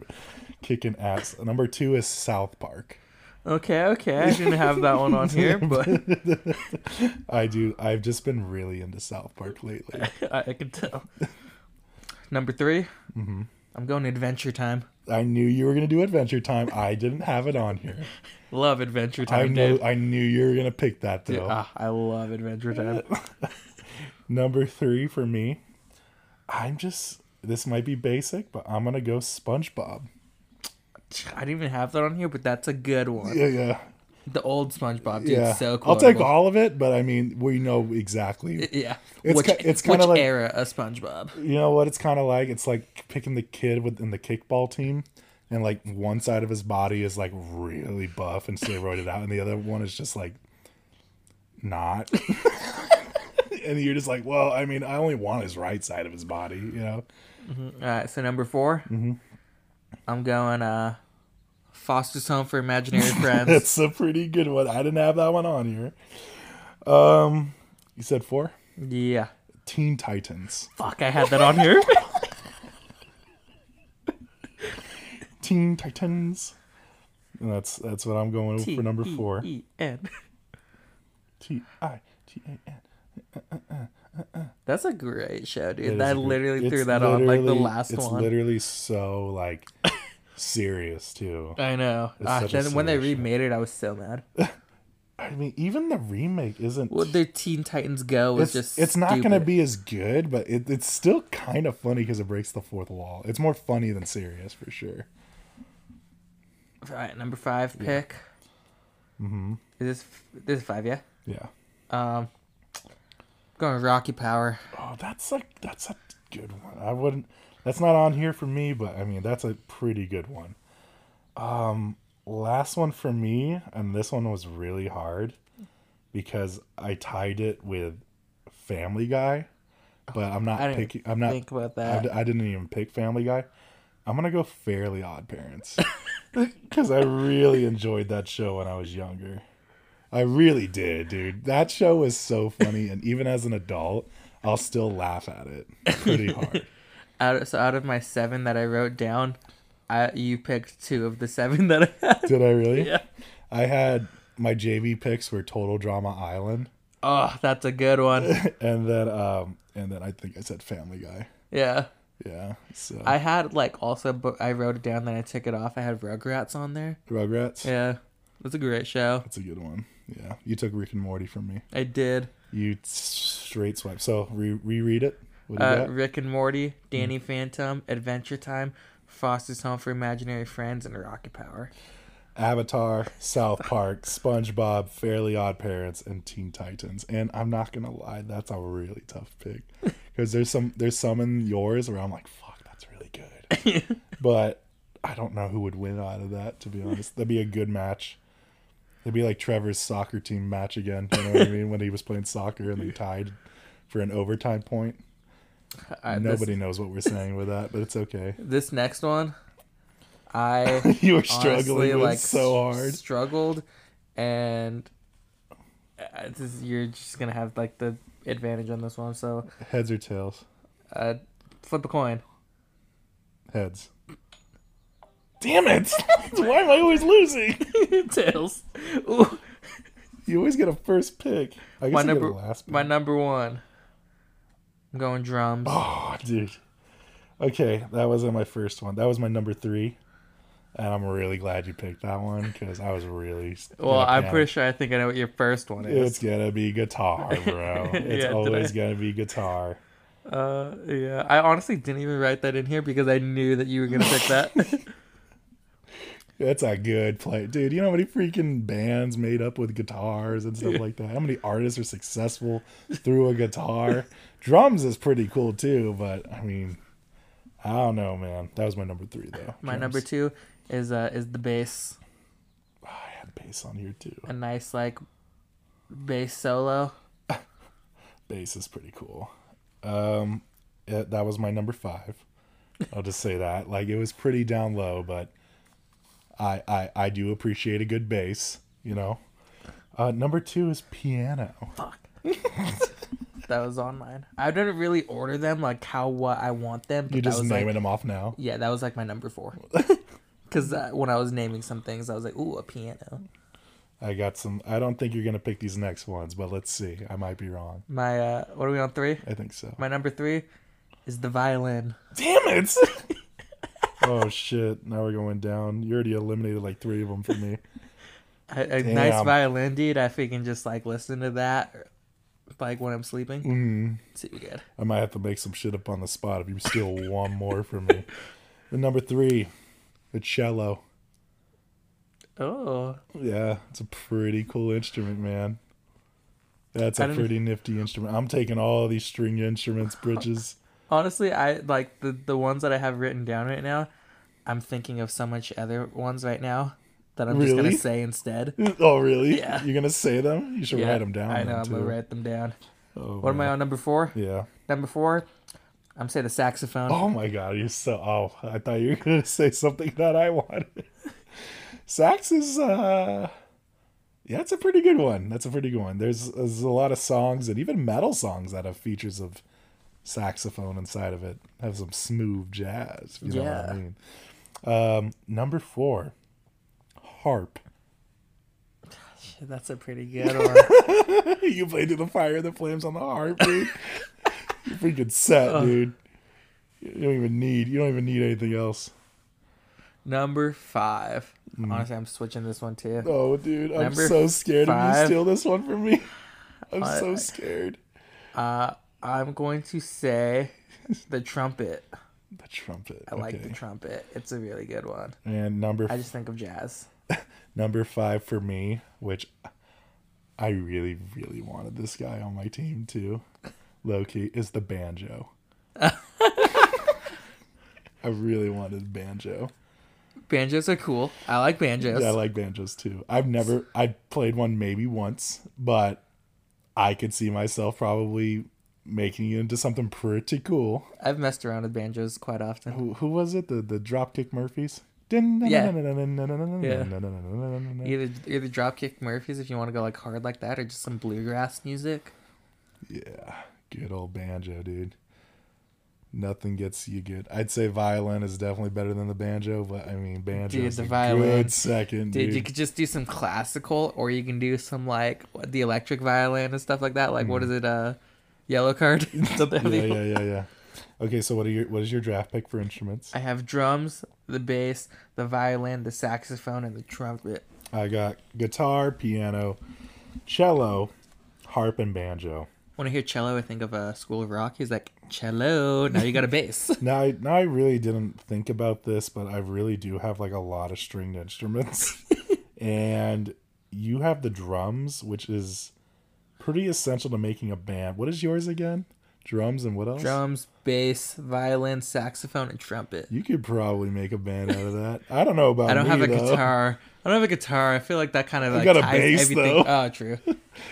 Speaker 2: kicking ass. Number two is South Park.
Speaker 1: Okay, okay. I didn't have that one on here, but
Speaker 2: I do. I've just been really into South Park lately.
Speaker 5: I, I can tell.
Speaker 1: number 3 Mm-hmm. I'm going Adventure Time.
Speaker 2: I knew you were gonna do Adventure Time. I didn't have it on here.
Speaker 1: Love Adventure
Speaker 2: I
Speaker 1: Time,
Speaker 2: know.
Speaker 1: dude.
Speaker 2: I knew you were gonna pick that though.
Speaker 1: Dude, ah, I love Adventure Time.
Speaker 2: Number three for me. I'm just. This might be basic, but I'm gonna go SpongeBob.
Speaker 1: I didn't even have that on here, but that's a good one.
Speaker 2: Yeah, yeah,
Speaker 1: The old SpongeBob, dude.
Speaker 2: yeah.
Speaker 1: So cool.
Speaker 2: I'll take all of it, but I mean, we know exactly.
Speaker 1: Yeah.
Speaker 2: It's
Speaker 1: which
Speaker 2: ki- it's
Speaker 1: which
Speaker 2: kinda like-
Speaker 1: era of SpongeBob?
Speaker 2: You know what? It's kind of like it's like picking the kid within the kickball team, and like one side of his body is like really buff and steroided out, and the other one is just like not. and you're just like, well, I mean, I only want his right side of his body, you know.
Speaker 1: All right, so number 4 Mm-hmm. I'm going uh, Foster's Home for Imaginary Friends.
Speaker 2: That's a pretty good one. I didn't have that one on here. Um, you said four.
Speaker 1: yeah.
Speaker 2: Teen Titans.
Speaker 1: Fuck, I had that on here.
Speaker 2: Teen Titans. And that's that's what I'm going
Speaker 1: E
Speaker 2: with for number four.
Speaker 1: T-E-N.
Speaker 2: T I T A N.
Speaker 1: That's a great show,
Speaker 2: It
Speaker 1: dude.
Speaker 2: is
Speaker 1: I
Speaker 2: a good-
Speaker 1: literally
Speaker 2: it's
Speaker 1: threw that on like the
Speaker 2: literally-
Speaker 1: last
Speaker 2: it's
Speaker 1: one.
Speaker 2: literally so like serious too.
Speaker 1: I know.
Speaker 2: It's
Speaker 1: Ah,
Speaker 2: such a
Speaker 1: then when they
Speaker 2: silly show.
Speaker 1: remade it, I was so mad.
Speaker 2: I mean, even the remake isn't.
Speaker 1: Well, the Teen Titans Go
Speaker 2: it's
Speaker 1: is just
Speaker 2: it's not going to
Speaker 1: stupid.
Speaker 2: be as good, but it, it's still kind of funny because it breaks the fourth wall. It's more funny than serious for sure.
Speaker 1: All right, number five pick. Mm-hmm. Is this this is five? Yeah,
Speaker 2: Yeah.
Speaker 1: going with Rocky Power.
Speaker 2: Oh, that's like that's a good one. I wouldn't. That's not on here for me, but I mean that's a pretty good one. Um, last one for me, and this one was really hard because I tied it with Family Guy, but I'm
Speaker 1: I
Speaker 2: not
Speaker 1: didn't
Speaker 2: picking. I'm not
Speaker 1: think about
Speaker 2: I d-
Speaker 1: that.
Speaker 2: I, didn't even pick Family Guy. I'm gonna go Fairly Odd Parents because I really enjoyed that show when I was younger. I really did, dude. That show was so funny, and even as an adult, I'll still laugh at it pretty hard.
Speaker 1: Out so out of my seven that I wrote down, I you picked two of the seven that I had.
Speaker 2: Did I really? Yeah. I had my JV picks were Total Drama Island,
Speaker 1: Oh, that's a good one.
Speaker 2: and then um, and then I think I said Family Guy.
Speaker 1: Yeah.
Speaker 2: Yeah. So
Speaker 1: I had like also, but I wrote it down. Then I took it off. I had Rugrats on there.
Speaker 2: Rugrats.
Speaker 1: Yeah, that's a great show.
Speaker 2: That's a good one. Yeah. You took Rick and Morty from me.
Speaker 1: I did.
Speaker 2: You s- straight swipe. So re- reread it. What do you Mm.
Speaker 1: Uh,
Speaker 2: got?
Speaker 1: Rick and Morty, Danny Phantom, Adventure Time, Foster's Home for Imaginary Friends, and Rocket Power.
Speaker 2: Avatar, South Park, SpongeBob, Fairly Odd Parents, and Teen Titans. And I'm not gonna lie, that's a really tough pick because there's some there's some in yours where I'm like, fuck, that's really good. but I don't know who would win out of that. To be honest, that'd be a good match. It'd be like Trevor's soccer team match again. You know what I mean? When he was playing soccer and they tied for an overtime point.
Speaker 1: Uh,
Speaker 2: Nobody
Speaker 1: This,
Speaker 2: knows what we're saying with that, but it's okay.
Speaker 1: this next one, I
Speaker 2: You were
Speaker 1: honestly
Speaker 2: struggling with
Speaker 1: like
Speaker 2: so
Speaker 1: s-
Speaker 2: hard.
Speaker 1: struggled, and uh, this is, you're just gonna have like the advantage on this one. So
Speaker 2: Heads or tails?
Speaker 1: uh, flip a coin.
Speaker 2: Heads. Damn it! Why am I always losing?
Speaker 1: Tails. Ooh,
Speaker 2: You always get a first pick. I guess
Speaker 1: my
Speaker 2: you
Speaker 1: number.
Speaker 2: get a last pick.
Speaker 1: My number one. I'm going drums.
Speaker 2: oh, dude. Okay, that wasn't my first one. That was my number three, and I'm really glad you picked that one because I was really.
Speaker 1: well,
Speaker 2: gonna
Speaker 1: I'm
Speaker 2: panic.
Speaker 1: pretty sure I think I know what your first one is.
Speaker 2: Oh, It's gonna be guitar, bro. It's
Speaker 1: Yeah, did
Speaker 2: always
Speaker 1: I-
Speaker 2: gonna be guitar.
Speaker 1: Uh, yeah, I honestly didn't even write that in here because I knew that you were gonna pick that.
Speaker 2: That's a good play, dude. You know how many freaking bands made up with guitars and stuff like that. How many artists are successful through a guitar? Drums is pretty cool too, but I mean, I don't know, man. That was my number three though.
Speaker 1: My number
Speaker 2: Drums.
Speaker 1: two is uh is the bass,
Speaker 2: I had bass on here too.
Speaker 1: a nice like bass solo.
Speaker 2: Bass is pretty cool. Um, yeah, that was my number five. I'll just say that. Like it was pretty down low, but I I I do appreciate a good bass. You know. Uh, number two is piano.
Speaker 1: Fuck, that was on mine. I didn't really order them like how what I want them. But
Speaker 2: You
Speaker 1: that
Speaker 2: just
Speaker 1: was,
Speaker 2: naming
Speaker 1: like,
Speaker 2: them off now.
Speaker 1: Yeah, that was like my number four. Because uh, when I was naming some things, I was like, ooh, a piano.
Speaker 2: I got some. I don't think you're gonna pick these next ones, but let's see. I might be wrong.
Speaker 1: My uh, what are we on three?
Speaker 2: I think so.
Speaker 1: My number three is the violin.
Speaker 2: Damn it! oh shit! Now we're going down. You already eliminated like three of them for me.
Speaker 1: A, a nice
Speaker 2: Damn.
Speaker 1: violin, dude. I freaking just like listen to that, like when I'm sleeping. Mm-hmm. Super good.
Speaker 2: I might have to make some shit up on the spot if you steal one more from me. The number three, the cello.
Speaker 1: Oh,
Speaker 2: Yeah, it's a pretty cool instrument, man. That's
Speaker 1: I
Speaker 2: a
Speaker 1: didn't-
Speaker 2: pretty nifty instrument. I'm taking all these string instruments, bridges.
Speaker 1: honestly, I like the the ones that I have written down right now. I'm thinking of so much other ones right now that I'm just
Speaker 2: Really?
Speaker 1: gonna say instead.
Speaker 2: Oh, really?
Speaker 1: Yeah.
Speaker 2: You're gonna say them? You should write them down.
Speaker 1: I
Speaker 2: then,
Speaker 1: know. I'm gonna
Speaker 2: too.
Speaker 1: write them down.
Speaker 2: Oh,
Speaker 1: What am I
Speaker 2: man.
Speaker 1: on number four?
Speaker 2: Yeah.
Speaker 1: Number four. I'm say the saxophone.
Speaker 2: Oh my god, you're so oh I thought you were gonna say something that I wanted. Sax is uh yeah, it's a pretty good one. That's a pretty good one. There's there's a lot of songs and even metal songs that have features of saxophone inside of it. Have some smooth jazz, if you know what I
Speaker 1: Yeah.
Speaker 2: mean. Um number four, harp.
Speaker 1: That's a pretty good one.
Speaker 2: you played to the fire and the flames on the harp, dude. You're freaking set, dude. You don't even need you don't even need anything else.
Speaker 1: Number five. Honestly, I'm switching this one too.
Speaker 2: Mm. Oh, dude, I'm
Speaker 1: Number
Speaker 2: so scared of you
Speaker 1: five.
Speaker 2: steal this one from me. I'm so scared.
Speaker 1: I'm going to say the trumpet.
Speaker 2: The trumpet.
Speaker 1: I like the
Speaker 2: okay.
Speaker 1: trumpet. It's a really good one.
Speaker 2: And number
Speaker 1: I just think of jazz.
Speaker 2: number five for me, which I really, really wanted this guy on my team too. Low key is the banjo. I really wanted banjo.
Speaker 1: Banjos are cool. I like banjos.
Speaker 2: Yeah, I like banjos too. I've never I played one maybe once, but I could see myself probably making it into something pretty cool.
Speaker 1: I've messed around with banjos quite often.
Speaker 2: Who, who was it? The the Dropkick Murphys.
Speaker 1: Either either Dropkick Murphys if you want to go like hard like that, or just some bluegrass music.
Speaker 2: Yeah, good old banjo, dude. Nothing gets you good. I'd say violin is definitely better than the banjo, but I mean banjo
Speaker 1: Dude,
Speaker 2: is
Speaker 1: the
Speaker 2: a
Speaker 1: violin.
Speaker 2: good second,
Speaker 1: Dude,
Speaker 2: dude.
Speaker 1: you could just do some classical, or you can do some like what, the electric violin and stuff like that. Like what is it? Uh, yellow card. Don't they have
Speaker 2: Mm-hmm. yeah,
Speaker 1: the-
Speaker 2: yeah, yeah, yeah. Okay, so what are your what is your draft pick for instruments?
Speaker 1: I have drums, the bass, the violin, the saxophone, and the trumpet.
Speaker 2: I got guitar, piano, cello, harp, and banjo.
Speaker 1: When I hear cello, I think of a uh, School of Rock. He's like cello. Now you got a bass.
Speaker 2: Now, I, now I really didn't think about this, but I really do have like a lot of stringed instruments, and you have the drums, which is pretty essential to making a band. What is yours again? Drums and what else?
Speaker 1: drums, bass, violin, saxophone, and trumpet.
Speaker 2: You could probably make a band out of that. I don't know about.
Speaker 1: I don't
Speaker 2: me,
Speaker 1: have a
Speaker 2: though.
Speaker 1: guitar. I don't have a guitar. I feel like that kind of like
Speaker 2: got a
Speaker 1: ties
Speaker 2: bass,
Speaker 1: everything.
Speaker 2: though.
Speaker 1: Oh, true.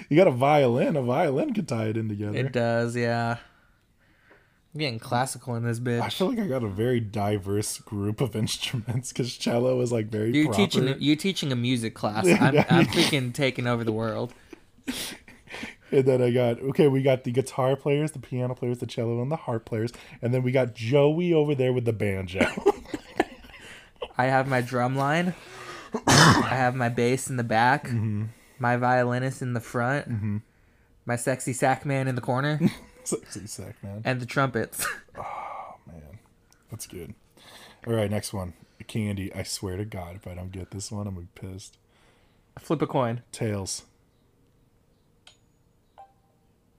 Speaker 2: You got a violin. A violin could tie it in together.
Speaker 1: It does, yeah. I'm getting classical in this
Speaker 2: I
Speaker 1: bitch.
Speaker 2: feel like I got a very diverse group of instruments because cello is like very
Speaker 1: You're
Speaker 2: proper.
Speaker 1: teaching you're teaching a music class.
Speaker 2: Yeah,
Speaker 1: I'm
Speaker 2: yeah.
Speaker 1: I'm freaking taking over the world.
Speaker 2: And then I got okay, we got the guitar players, the piano players, the cello, and the harp players, and then we got Joey over there with the banjo.
Speaker 1: I have my drum line. I have my bass in the back. My violinist in the front. My sexy sack man in the corner,
Speaker 2: Sexy sack man,
Speaker 1: and the trumpets.
Speaker 2: man, that's good. All right, next one, candy. I swear to God, if I don't get this one, I'm gonna be pissed.
Speaker 1: Flip a coin.
Speaker 2: Tails.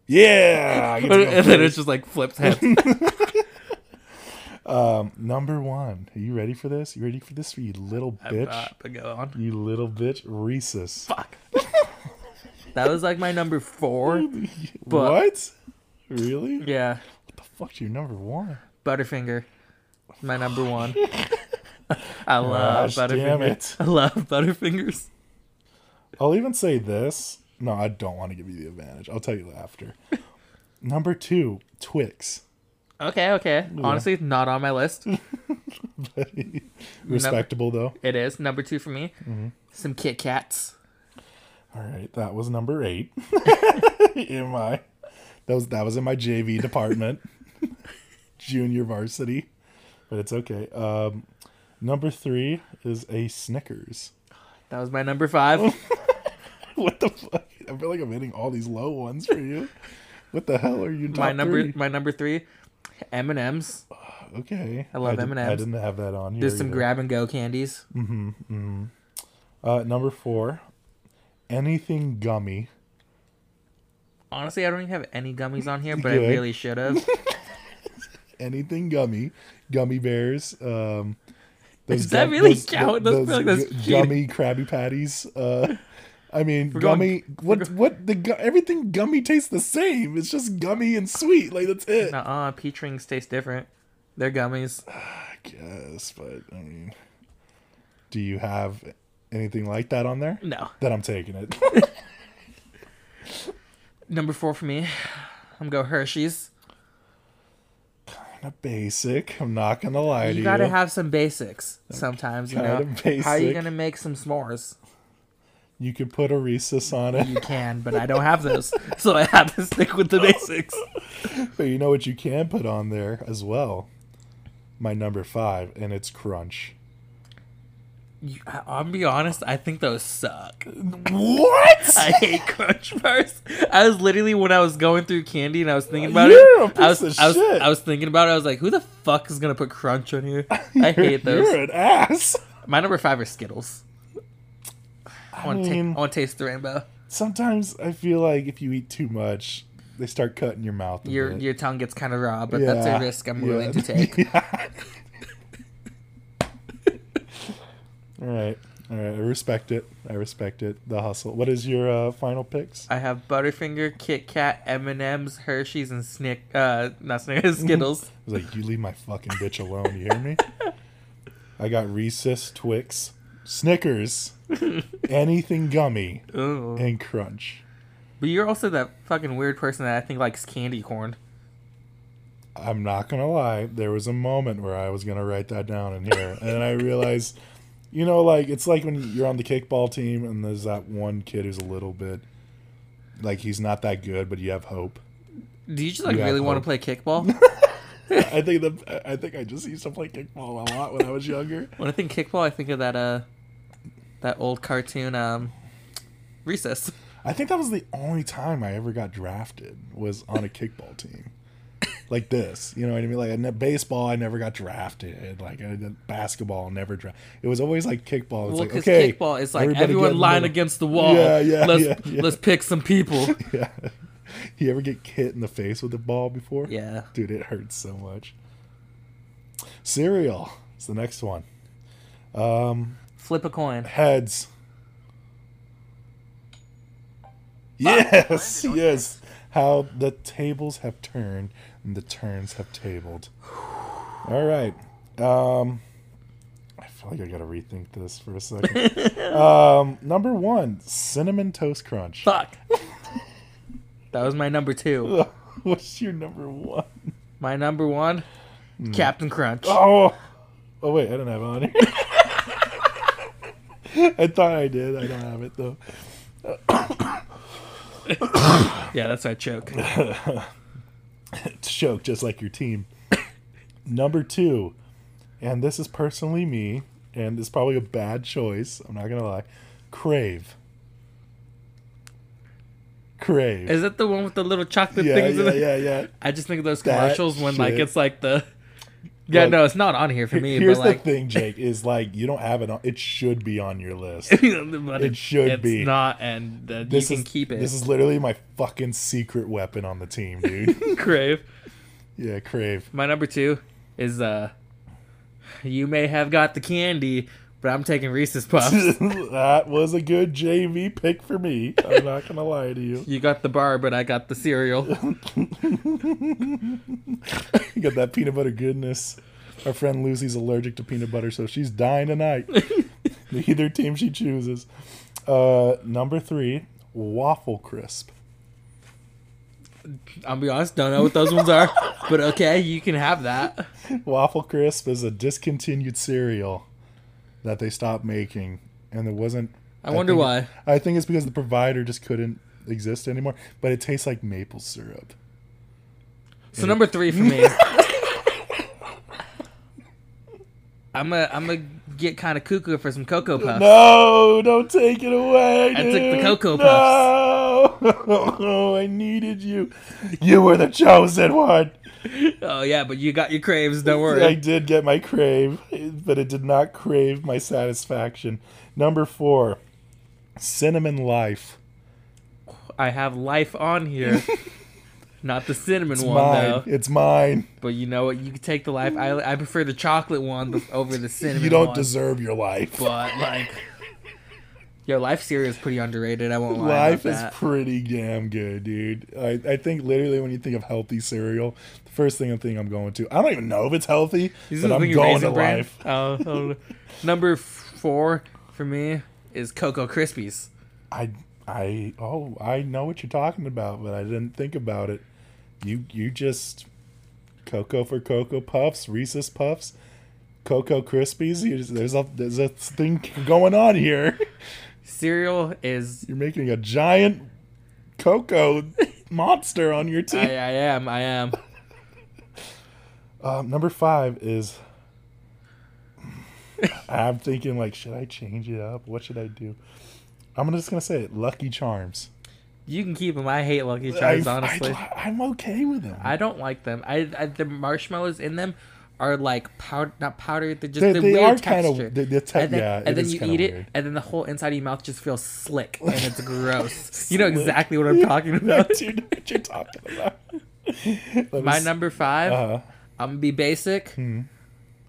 Speaker 2: Yeah, I get to go
Speaker 1: and then
Speaker 2: first.
Speaker 1: it's just like flips heads.
Speaker 2: number one. Are you ready for this? You ready for this? You little bitch.
Speaker 1: But go on.
Speaker 2: you little bitch. Rhesus.
Speaker 1: That was like my number four. But
Speaker 2: What? Really? What
Speaker 1: yeah,
Speaker 2: the fuck's your number one?
Speaker 1: Butterfinger, my number one. I love
Speaker 2: Gosh, damn
Speaker 1: Butterfingers.
Speaker 2: it.
Speaker 1: I love Butterfingers.
Speaker 2: I'll even say this. No, I don't want to give you the advantage. I'll tell you after. Number two, Twix.
Speaker 1: Okay, okay. Honestly, not on my list.
Speaker 2: Respectable though.
Speaker 1: It is number two for me.
Speaker 2: Mm-hmm.
Speaker 1: Some Kit Kats.
Speaker 2: All right, that was number eight. in my that was that was in my JV department, junior varsity, but it's okay. Um, number three is a Snickers.
Speaker 1: That was my number
Speaker 2: Oh,
Speaker 1: five.
Speaker 2: What the fuck? I feel like I'm hitting all these low ones for you. What the hell are you? Top
Speaker 1: my number,
Speaker 2: three?
Speaker 1: my number three, M and M's.
Speaker 2: Okay. I
Speaker 1: love
Speaker 2: didn't- I
Speaker 1: M&Ms.
Speaker 2: didn't have that on.
Speaker 1: There's
Speaker 2: here
Speaker 1: some
Speaker 2: either.
Speaker 1: grab and go candies.
Speaker 2: Uh, number four, anything gummy.
Speaker 1: Honestly, I don't even have any gummies on here, but I
Speaker 2: Good.
Speaker 1: really should have.
Speaker 2: Anything gummy. Gummy bears. Um, those
Speaker 1: Does that really
Speaker 2: those-
Speaker 1: count? That's like- that's
Speaker 2: gu-
Speaker 1: cheating.
Speaker 2: gummy Krabby Patties. Uh, I mean,
Speaker 1: going-
Speaker 2: gummy. what? What? The gu- everything gummy tastes the same. It's just gummy and sweet. Like that's it.
Speaker 1: Nuh-uh, peach rings taste different. They're gummies.
Speaker 2: I guess, but I mean, do you have anything like that on there?
Speaker 1: No.
Speaker 2: Then I'm taking it.
Speaker 1: Number four for me, I'm go Hershey's.
Speaker 2: kind of basic. I'm not gonna lie to
Speaker 1: You
Speaker 2: you.
Speaker 1: gotta have some basics sometimes, you know.
Speaker 2: Kinda basic.
Speaker 1: How are you gonna make some s'mores?
Speaker 2: you could put a rhesus on it.
Speaker 1: You can, but I don't have those, so I have to stick with the
Speaker 2: Oh.
Speaker 1: basics.
Speaker 2: But you know what you can put on there as well? My number five, and it's crunch.
Speaker 1: You, I- I'll be honest. I think those suck.
Speaker 2: What?
Speaker 1: I hate Crunch Bars. I was literally when I was going through candy and I was thinking about
Speaker 2: You're a
Speaker 1: it. I was,
Speaker 2: piece of
Speaker 1: I was,
Speaker 2: shit.
Speaker 1: I was thinking about it. I was like, who the fuck is gonna put Crunch on here? I hate those.
Speaker 2: You're an ass.
Speaker 1: My number five are Skittles. I want to
Speaker 2: mean-
Speaker 1: I want to taste the rainbow.
Speaker 2: Sometimes I feel like if you eat too much, they start cutting your mouth. a
Speaker 1: Your
Speaker 2: bit.
Speaker 1: your tongue gets kind of raw, but that's
Speaker 2: Yeah,
Speaker 1: a risk I'm
Speaker 2: yeah.
Speaker 1: willing to take.
Speaker 2: Yeah. all right, all right. I respect it. I respect it. The hustle. What is your uh, final picks?
Speaker 1: I have Butterfinger, Kit Kat, M and M's, Hershey's, and Snick. Uh, not Snickers, Skittles.
Speaker 2: I was like, you leave my fucking bitch alone. You hear me? I got Reese's, Twix, Snickers, anything gummy,
Speaker 1: Ooh.
Speaker 2: and Crunch.
Speaker 1: But you're also that fucking weird person that I think likes candy corn.
Speaker 2: I'm not gonna lie. There was a moment where I was gonna write that down in here, and I realized, you know, like it's like when you're on the kickball team and there's that one kid who's a little bit, like he's not that good, but you have hope.
Speaker 1: Do you just like
Speaker 2: You have
Speaker 1: really want to
Speaker 2: hope.
Speaker 1: play kickball?
Speaker 2: I think the I think I just used to play kickball a lot when I was younger.
Speaker 1: when I think kickball, I think of that uh, that old cartoon um, recess.
Speaker 2: I think that was the only time I ever got drafted was on a kickball team. Like this, you know what I mean? Like I ne- baseball, I never got drafted. Like I did basketball, never draft. It was always like kickball. It's
Speaker 1: Well,
Speaker 2: like
Speaker 1: because
Speaker 2: okay,
Speaker 1: kickball is like
Speaker 2: everybody get in
Speaker 1: everyone
Speaker 2: the
Speaker 1: lying
Speaker 2: middle.
Speaker 1: against the wall.
Speaker 2: Yeah, yeah,
Speaker 1: let's
Speaker 2: yeah, yeah.
Speaker 1: let's pick some people.
Speaker 2: Yeah. You ever get hit in the face with a ball before?
Speaker 1: Yeah.
Speaker 2: Dude, it hurts so much. Cereal is the next one.
Speaker 1: Flip a coin.
Speaker 2: Heads. Yes, yes. How the tables have turned and the turns have tabled. All right. Um I feel like I got to rethink this for a second. um number 1, cinnamon toast crunch.
Speaker 1: Fuck. that was my number two.
Speaker 2: What's your number 1?
Speaker 1: My number one, Captain Crunch.
Speaker 2: Mm. Oh, oh wait, I didn't have it on here. I thought I did. I don't have it though.
Speaker 1: Yeah, that's our choke.
Speaker 2: It's choke just like your team. Number two, and this is personally me, and it's probably a bad choice. I'm not gonna lie. Crave. Crave.
Speaker 1: Is that the one with the little chocolate
Speaker 2: yeah,
Speaker 1: things? in
Speaker 2: yeah,
Speaker 1: it?
Speaker 2: yeah, yeah.
Speaker 1: I just think of those
Speaker 2: That
Speaker 1: commercials when like
Speaker 2: shit.
Speaker 1: it's like the. Yeah,
Speaker 2: Like,
Speaker 1: no, it's not on here for me.
Speaker 2: Here's
Speaker 1: but like,
Speaker 2: the thing, Jake. Is like you don't have it on. It should be on your list.
Speaker 1: but
Speaker 2: It should
Speaker 1: it's
Speaker 2: be.
Speaker 1: not, and uh, you
Speaker 2: This
Speaker 1: can
Speaker 2: is
Speaker 1: keep it.
Speaker 2: This is literally my fucking secret weapon on the team, dude.
Speaker 1: Crave.
Speaker 2: yeah, crave.
Speaker 1: My number two is uh, you may have got the candy, but I'm taking Reese's Puffs.
Speaker 2: that was a good JV pick for me. I'm not gonna lie to you.
Speaker 1: you got the bar, but I got the cereal.
Speaker 2: You got that peanut butter goodness. Our friend Lucy's allergic to peanut butter, so she's dying tonight. Either team she chooses. Uh, number three, waffle crisp.
Speaker 1: I'll be honest, don't know what those ones are, but okay, you can have that.
Speaker 2: Waffle crisp is a discontinued cereal that they stopped making, and there wasn't.
Speaker 1: I wonder
Speaker 2: think-
Speaker 1: why.
Speaker 2: I think it's because the provider just couldn't exist anymore. But it tastes like maple syrup.
Speaker 1: So number three for me. I'm a I'm gonna get kind of cuckoo for some cocoa puffs.
Speaker 2: No, don't take it away.
Speaker 1: I took the
Speaker 2: dude.
Speaker 1: Cocoa
Speaker 2: Puffs. No, I needed you. You were the chosen one.
Speaker 1: Oh yeah, but you got your craves. Don't
Speaker 2: I
Speaker 1: worry.
Speaker 2: did get my crave, but it did not crave my satisfaction. Number four, cinnamon life.
Speaker 1: I have life on here, not the cinnamon
Speaker 2: It's
Speaker 1: one
Speaker 2: mine.
Speaker 1: though.
Speaker 2: It's mine.
Speaker 1: But you know what? You can take the life. I I prefer the chocolate one bef- over the cinnamon.
Speaker 2: You don't
Speaker 1: one.
Speaker 2: deserve your life.
Speaker 1: But like, yo, life cereal is pretty underrated. I won't lie.
Speaker 2: Life
Speaker 1: about
Speaker 2: is
Speaker 1: that.
Speaker 2: pretty damn good, dude. I, I think literally when you think of healthy cereal, the first thing I'm thinking I'm going to. I don't even know if it's healthy,
Speaker 1: This
Speaker 2: but
Speaker 1: is
Speaker 2: I'm
Speaker 1: thinking
Speaker 2: going
Speaker 1: Raisin
Speaker 2: to
Speaker 1: Bran.
Speaker 2: life.
Speaker 1: Oh, I don't know. number f- four for me is Cocoa Krispies.
Speaker 2: I I oh I know what you're talking about, but I didn't think about it. You you just cocoa for cocoa puffs, Reese's puffs, cocoa krispies. You just, there's a there's a thing going on here.
Speaker 1: Cereal is
Speaker 2: You're making a giant cocoa monster on your
Speaker 1: I,
Speaker 2: team.
Speaker 1: I am. I am.
Speaker 2: Um, number five is I'm thinking like, should I change it up? What should I do? I'm just gonna say it. Lucky Charms.
Speaker 1: You can keep them. I hate Lucky Charms,
Speaker 2: I- I
Speaker 1: honestly.
Speaker 2: li- I'm okay with them.
Speaker 1: I don't like them. I, I the marshmallows in them are like powder, not powdered. They're just
Speaker 2: They-
Speaker 1: the
Speaker 2: they
Speaker 1: weird
Speaker 2: are kinda-
Speaker 1: texture.
Speaker 2: they- they're te-
Speaker 1: and then,
Speaker 2: yeah,
Speaker 1: and
Speaker 2: it
Speaker 1: then
Speaker 2: is
Speaker 1: you
Speaker 2: kinda
Speaker 1: eat
Speaker 2: weird.
Speaker 1: it, and then the whole inside of your mouth just feels slick, and it's gross. you know exactly what I'm talking
Speaker 2: I
Speaker 1: about.
Speaker 2: do know what you're talking about. Let me
Speaker 1: My
Speaker 2: s-
Speaker 1: number 5
Speaker 2: Uh-huh. Hmm.
Speaker 1: I'm gonna be basic.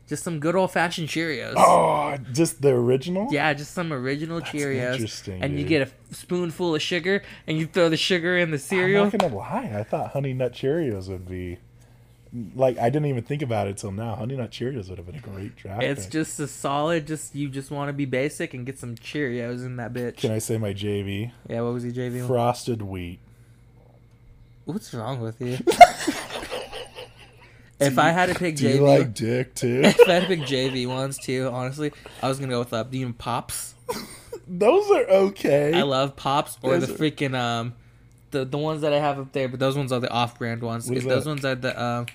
Speaker 1: Just some good old fashioned Cheerios.
Speaker 2: Oh, just the original.
Speaker 1: Yeah, just some original Cheerios.
Speaker 2: interesting,
Speaker 1: and you
Speaker 2: dude.
Speaker 1: get a f- spoonful of sugar, and you throw the sugar in the
Speaker 2: I'm
Speaker 1: cereal.
Speaker 2: not gonna lie. I thought Honey Nut Cheerios would be like I didn't even think about it till now. Honey Nut Cheerios would have been a great draft.
Speaker 1: It's
Speaker 2: pick.
Speaker 1: just a solid. Just you just want to be basic and get some Cheerios in that bitch.
Speaker 2: Can I say my JV?
Speaker 1: yeah, what was your JV? one?
Speaker 2: Frosted wheat.
Speaker 1: What's wrong with you? if I had to pick
Speaker 2: Do you
Speaker 1: JV,
Speaker 2: like dick too?
Speaker 1: if I had to pick JV ones too, honestly, I was gonna go with uh, the pops.
Speaker 2: Those are okay.
Speaker 1: I love pops or the
Speaker 2: Those are-
Speaker 1: freaking um, the the ones that I have up there, but those ones are the off-brand ones.
Speaker 2: What is
Speaker 1: Those
Speaker 2: that?
Speaker 1: ones are the um,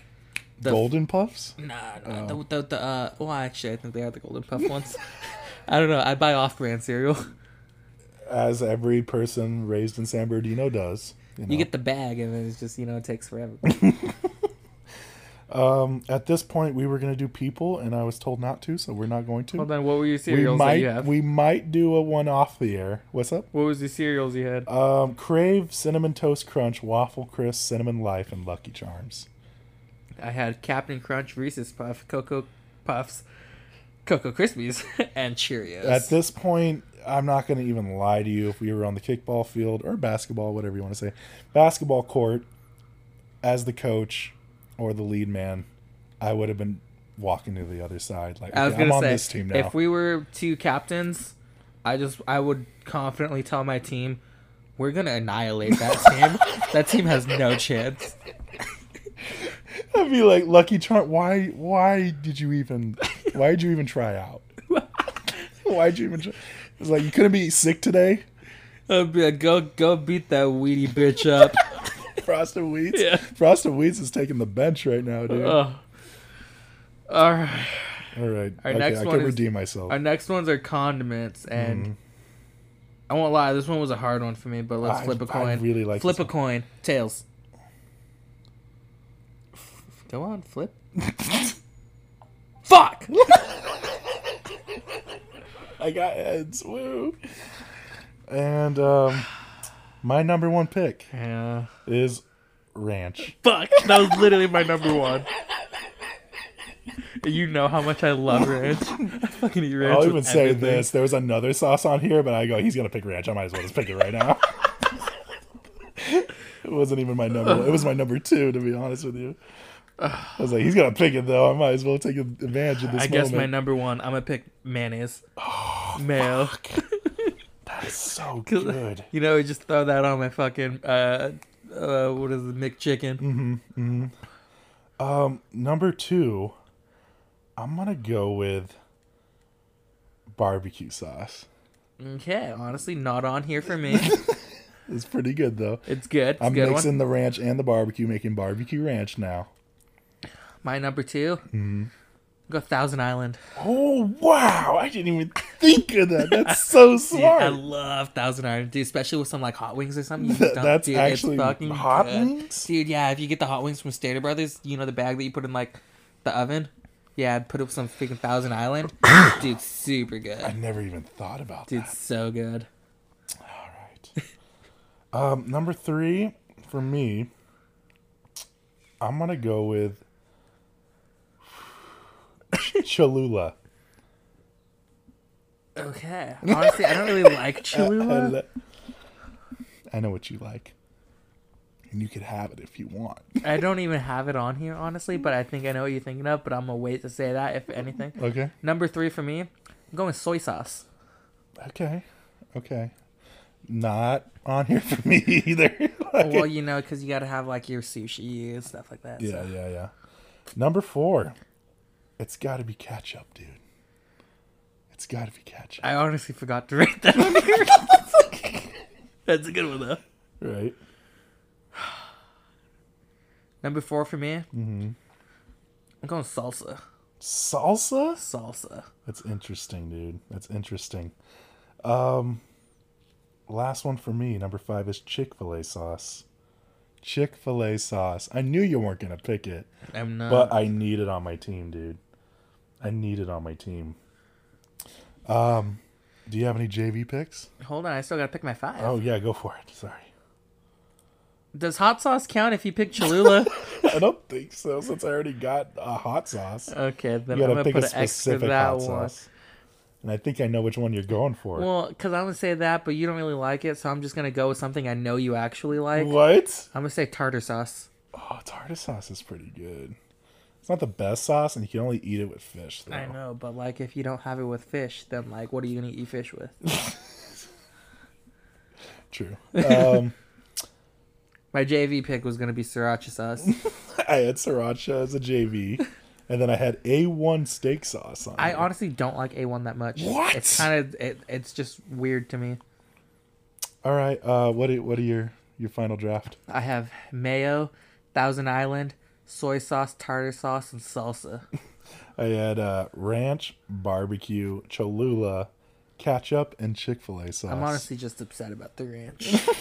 Speaker 1: the
Speaker 2: Golden Puffs.
Speaker 1: Nah, nah
Speaker 2: Oh.
Speaker 1: the, the, the, uh, well, actually, I think they are the Golden Puff ones. I don't know. I buy off-brand cereal.
Speaker 2: as every person raised in San Bernardino does. You know.
Speaker 1: You get the bag, and then it's just you know it takes forever.
Speaker 2: Um, At this point, we were going to do people, and I was told not to, so we're not going to.
Speaker 1: Hold on, what were your
Speaker 2: we
Speaker 1: cereals that you
Speaker 2: might
Speaker 1: have?
Speaker 2: we might do a one off the air. What's up?
Speaker 1: what was the cereals you had?
Speaker 2: Um, Crave cinnamon toast crunch, waffle crisp, cinnamon life, and Lucky Charms.
Speaker 1: I had Captain Crunch, Reese's Puff, Cocoa Puffs, Cocoa Krispies, and Cheerios.
Speaker 2: At this point, I'm not going to even lie to you. If we were on the kickball field or basketball, whatever you want to say, basketball court, as the coach or the lead man, I would have been walking to the other side. Like
Speaker 1: I was
Speaker 2: okay, I'm
Speaker 1: gonna
Speaker 2: on
Speaker 1: say,
Speaker 2: this team now.
Speaker 1: if we were two captains, I just I would confidently tell my team, we're gonna annihilate that team. that team has no chance.
Speaker 2: I'd be like, Lucky Charm, why why did you even why did you even try out? why did you even try? It's like you couldn't be sick today,
Speaker 1: I'd be like, go go beat that weedy bitch up.
Speaker 2: Frosted Wheats.
Speaker 1: Yeah. Uh,
Speaker 2: Frosted Wheats is taking the bench right now, dude.
Speaker 1: Ugh. All right.
Speaker 2: All right.
Speaker 1: Our
Speaker 2: okay,
Speaker 1: next
Speaker 2: I
Speaker 1: one
Speaker 2: can
Speaker 1: is-
Speaker 2: redeem myself.
Speaker 1: Our next ones are condiments, and
Speaker 2: Mm-hmm.
Speaker 1: I won't lie, this one was a hard one for me. But let's
Speaker 2: I-
Speaker 1: flip a
Speaker 2: I
Speaker 1: coin.
Speaker 2: really like
Speaker 1: flip
Speaker 2: this
Speaker 1: a coin. Tails. Go on, flip. Fuck.
Speaker 2: I got heads. Woo. And um my number one pick
Speaker 1: Yeah.
Speaker 2: is ranch.
Speaker 1: Fuck. That was literally my number one. You know how much I love ranch. I fucking eat ranch.
Speaker 2: I'll
Speaker 1: with
Speaker 2: even say
Speaker 1: everything.
Speaker 2: this. There was another sauce on here, but I go, he's gonna pick ranch. I might as well just pick it right now. it wasn't even my number. It was my number two, to be honest with you. I was like, he's gonna pick it though. I might as well take advantage of this
Speaker 1: I
Speaker 2: moment. Oh,
Speaker 1: guess my number one. I'm gonna pick mayonnaise. Mayo.
Speaker 2: so good.
Speaker 1: You know, just throw that on my fucking uh, uh what is it, McChicken?
Speaker 2: Mm-hmm. Number two, I'm gonna go with barbecue sauce.
Speaker 1: Okay, honestly, not on here for me.
Speaker 2: It's pretty good though.
Speaker 1: It's good. It's a
Speaker 2: I'm
Speaker 1: good
Speaker 2: mixing
Speaker 1: one.
Speaker 2: the ranch and the barbecue, making barbecue ranch now.
Speaker 1: My number 2
Speaker 2: Mm-hmm.
Speaker 1: Go Thousand Island.
Speaker 2: Oh wow! I didn't even think of that. That's so
Speaker 1: Dude,
Speaker 2: smart.
Speaker 1: I love Thousand Island, dude. Especially with some like hot wings or something. You
Speaker 2: Th-
Speaker 1: dump-
Speaker 2: that's
Speaker 1: dude, it's
Speaker 2: actually
Speaker 1: fucking
Speaker 2: hot
Speaker 1: good.
Speaker 2: wings?
Speaker 1: dude. Yeah, if you get the hot wings from Stater Brothers, you know the bag that you put in like the oven. Yeah, I'd put up some freaking Thousand Island, dude. Super
Speaker 2: I
Speaker 1: good,
Speaker 2: never even thought about
Speaker 1: dude.
Speaker 2: that.
Speaker 1: So good.
Speaker 2: All right. um, number three for me, I'm gonna go with Cholula.
Speaker 1: Okay, honestly, I don't really like
Speaker 2: I,
Speaker 1: Cholula.
Speaker 2: lo- I know what you like, and you could have it if you want.
Speaker 1: I don't even have it on here, honestly, but I think I know what you're thinking of, but I'm gonna wait to say that if anything.
Speaker 2: Okay.
Speaker 1: Number three for me, I'm going soy sauce.
Speaker 2: Okay. Okay. Not on here for me either. Like,
Speaker 1: Well, you know, because you gotta have like your sushi and stuff like that. so-
Speaker 2: yeah, yeah, yeah. Number four, it's got to be ketchup, dude. It's got to be ketchup.
Speaker 1: I honestly forgot to write that on here. That's a good one, though.
Speaker 2: Right. Mm-hmm.
Speaker 1: Number four for me, I'm going salsa.
Speaker 2: Salsa?
Speaker 1: Salsa.
Speaker 2: That's interesting, dude. That's interesting. Um, last one for me, number five is Chick Fil A sauce. Chick Fil A sauce. I knew you weren't gonna pick it,
Speaker 1: I'm not.
Speaker 2: but I need it on my team, dude. I need it on my team. Um, do you have any JV picks?
Speaker 1: Hold on, I still gotta pick my five.
Speaker 2: Oh yeah, go for it. Sorry,
Speaker 1: Does hot sauce count if you pick Cholula?
Speaker 2: I don't think so. Since I already got a hot sauce,
Speaker 1: okay, then
Speaker 2: you
Speaker 1: Uh, I'm
Speaker 2: gotta
Speaker 1: gonna
Speaker 2: pick
Speaker 1: put
Speaker 2: a
Speaker 1: an X for
Speaker 2: specific
Speaker 1: that
Speaker 2: hot
Speaker 1: one.
Speaker 2: sauce. And I think I know which one you're going for.
Speaker 1: Well, because I'm gonna say that, but you don't really like it, so I'm just gonna go with something I know you actually like.
Speaker 2: what?
Speaker 1: I'm gonna say tartar sauce.
Speaker 2: Oh, tartar sauce is pretty good. It's not the best sauce, and you can only eat it with fish. Though.
Speaker 1: I know, but like if you don't have it with fish, then like what are you gonna eat fish with?
Speaker 2: True. Um,
Speaker 1: My JV pick was gonna be sriracha sauce.
Speaker 2: I had sriracha as a JV, and then I had A1 steak sauce on
Speaker 1: I
Speaker 2: it.
Speaker 1: honestly don't like A1 that much.
Speaker 2: What?
Speaker 1: It's kind of it, it's just weird to me.
Speaker 2: All right. Uh, what are, what are your your final draft?
Speaker 1: I have mayo, Thousand Island, soy sauce, tartar sauce, and salsa.
Speaker 2: I had uh, ranch, barbecue, Cholula, ketchup, and Chick Fil A sauce.
Speaker 1: I'm honestly just upset about the ranch,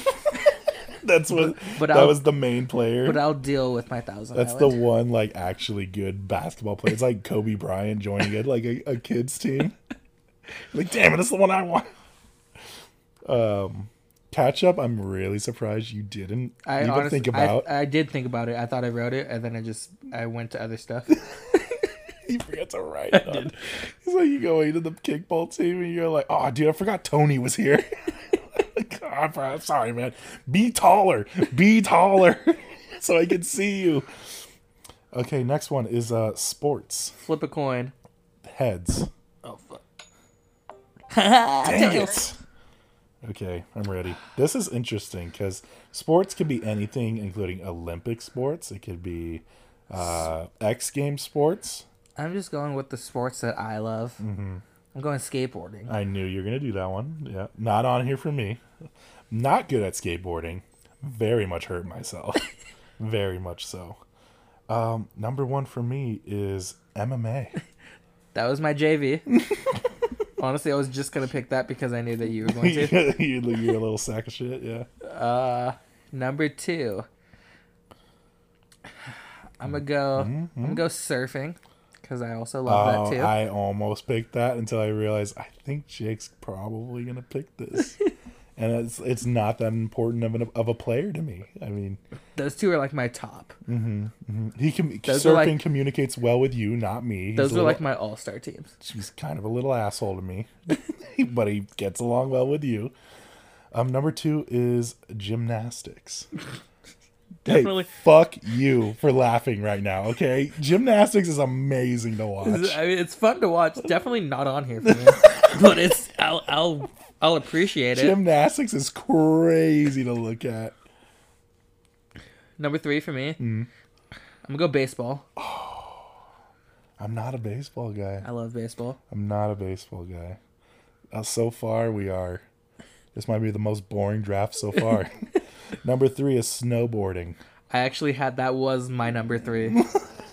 Speaker 2: that's what
Speaker 1: but
Speaker 2: that
Speaker 1: I'll-
Speaker 2: was the main player.
Speaker 1: but I'll deal with my Thousand
Speaker 2: That's the
Speaker 1: Island.
Speaker 2: one like actually good basketball player. It's like Kobe Bryant joining it like a, a kids team. like, damn it, that's the one I want. Um, catch up. I'm really surprised you didn't
Speaker 1: I
Speaker 2: even
Speaker 1: honestly,
Speaker 2: think about.
Speaker 1: I, I did think about it. I thought I wrote it, and then I just I went to other stuff.
Speaker 2: you forget to write. it on. It's like you go into the kickball team and you're like, oh, dude, I forgot Tony was here. Like, "Oh, I'm I'm sorry, man. Be taller. Be taller, so I can see you. Okay, next one is uh sports
Speaker 1: Flip a coin.
Speaker 2: heads.
Speaker 1: Oh fuck!
Speaker 2: Dang it. Okay, I'm ready. This is interesting because sports can be anything, including Olympic sports. It could be uh, X Game sports.
Speaker 1: I'm just going with the sports that I love.
Speaker 2: Mm-hmm.
Speaker 1: I'm going skateboarding.
Speaker 2: I knew you were gonna do that one. Yeah, not on here for me. Not good at skateboarding. Very much hurt myself. Very much so. Um, number one for me is MMA.
Speaker 1: That was my JV. Honestly, I was just gonna pick that because I knew that you were going to.
Speaker 2: you, you're a little sack of shit. Yeah.
Speaker 1: Number two, I'm gonna go. I'm gonna go surfing because I also love
Speaker 2: Mm-hmm. Oh,
Speaker 1: that too.
Speaker 2: I almost picked that until I realized I think Jake's probably gonna pick this, and it's it's not that important of an, of a player to me. I mean,
Speaker 1: Those two are like my top.
Speaker 2: he com-
Speaker 1: Those
Speaker 2: surfing
Speaker 1: are like-
Speaker 2: communicates well with you, not me. He's
Speaker 1: Those were
Speaker 2: a little-
Speaker 1: like my all-star teams.
Speaker 2: he's kind of a little asshole to me, but he gets along well with you. Um, number two is gymnastics. Definitely.
Speaker 1: Definitely.
Speaker 2: fuck you for laughing right now. Okay, gymnastics is amazing to watch.
Speaker 1: I mean, it's fun to watch. Definitely not on here for me, but it's I'll I'll I'll appreciate it.
Speaker 2: Gymnastics is crazy to look at.
Speaker 1: Number three for me. I'm gonna go baseball.
Speaker 2: I'm not a baseball guy.
Speaker 1: I love baseball.
Speaker 2: I'm not a baseball guy. Uh, so far, we are. This might be the most boring draft so far. Number three is snowboarding.
Speaker 1: I actually had that was my number three. I just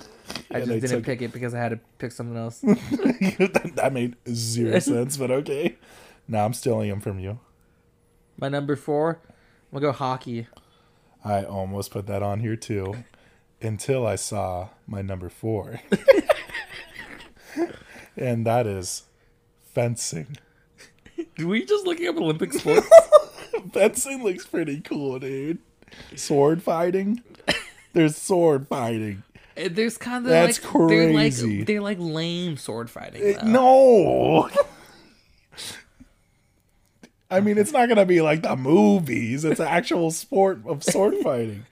Speaker 2: they
Speaker 1: didn't
Speaker 2: took-
Speaker 1: pick it because I had to pick something else.
Speaker 2: that, that made zero sense, but okay. Now I'm stealing them from you.
Speaker 1: my number four, I'm gonna go hockey.
Speaker 2: I almost put that on here too, until I saw my number four, and that is fencing.
Speaker 1: Were you just looking up Olympic sports?
Speaker 2: Fencing looks pretty cool, dude. Sword fighting. There's sword fighting.
Speaker 1: There's kind of
Speaker 2: That's
Speaker 1: like they're
Speaker 2: crazy.
Speaker 1: like they're like lame sword fighting. though.
Speaker 2: No. I mean, it's not gonna be like the movies. It's an actual sport of sword fighting.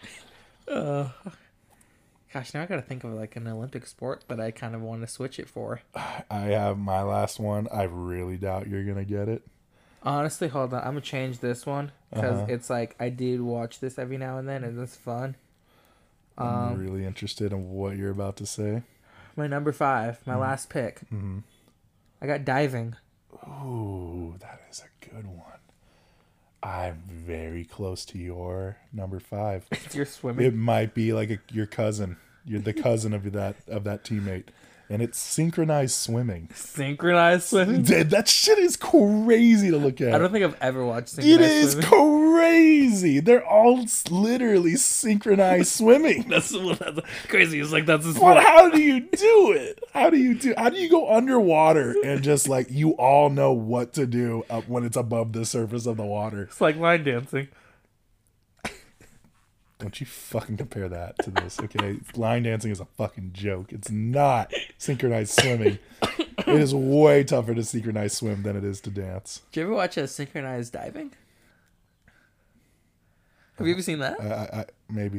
Speaker 1: Gosh, now I gotta think of like an Olympic sport that I kind of want to switch it for.
Speaker 2: I have my last one. I really doubt you're gonna get it.
Speaker 1: Honestly, hold on. I'm gonna change this one because
Speaker 2: Uh-huh.
Speaker 1: it's like I did watch this every now and then, and it's fun.
Speaker 2: I'm really interested in what you're about to say.
Speaker 1: My number five,
Speaker 2: Mm-hmm.
Speaker 1: my last pick. I got diving.
Speaker 2: Ooh, that is a good one. I'm very close to your number five.
Speaker 1: It's your swimming.
Speaker 2: It might be like a, your cousin. You're the cousin of that of that teammate. and it's synchronized swimming.
Speaker 5: Synchronized swimming.
Speaker 2: Dude, that shit is crazy to look at.
Speaker 5: I don't think I've ever watched
Speaker 2: it
Speaker 5: synchronized
Speaker 2: is
Speaker 5: swimming.
Speaker 2: crazy. They're all s- literally synchronized swimming.
Speaker 5: That's, well, that's crazy. It's like that's a
Speaker 2: But
Speaker 5: sport.
Speaker 2: how do you do it? How do you do? How do you go underwater and just like you all know what to do up when it's above the surface of the water?
Speaker 5: It's like line dancing.
Speaker 2: Don't you fucking compare that to this, okay? Line dancing is a fucking joke. It's not synchronized swimming. It is way tougher to synchronize swim than it is to dance.
Speaker 1: Did you ever watch a synchronized diving? Have you ever seen that?
Speaker 2: I, I, I maybe.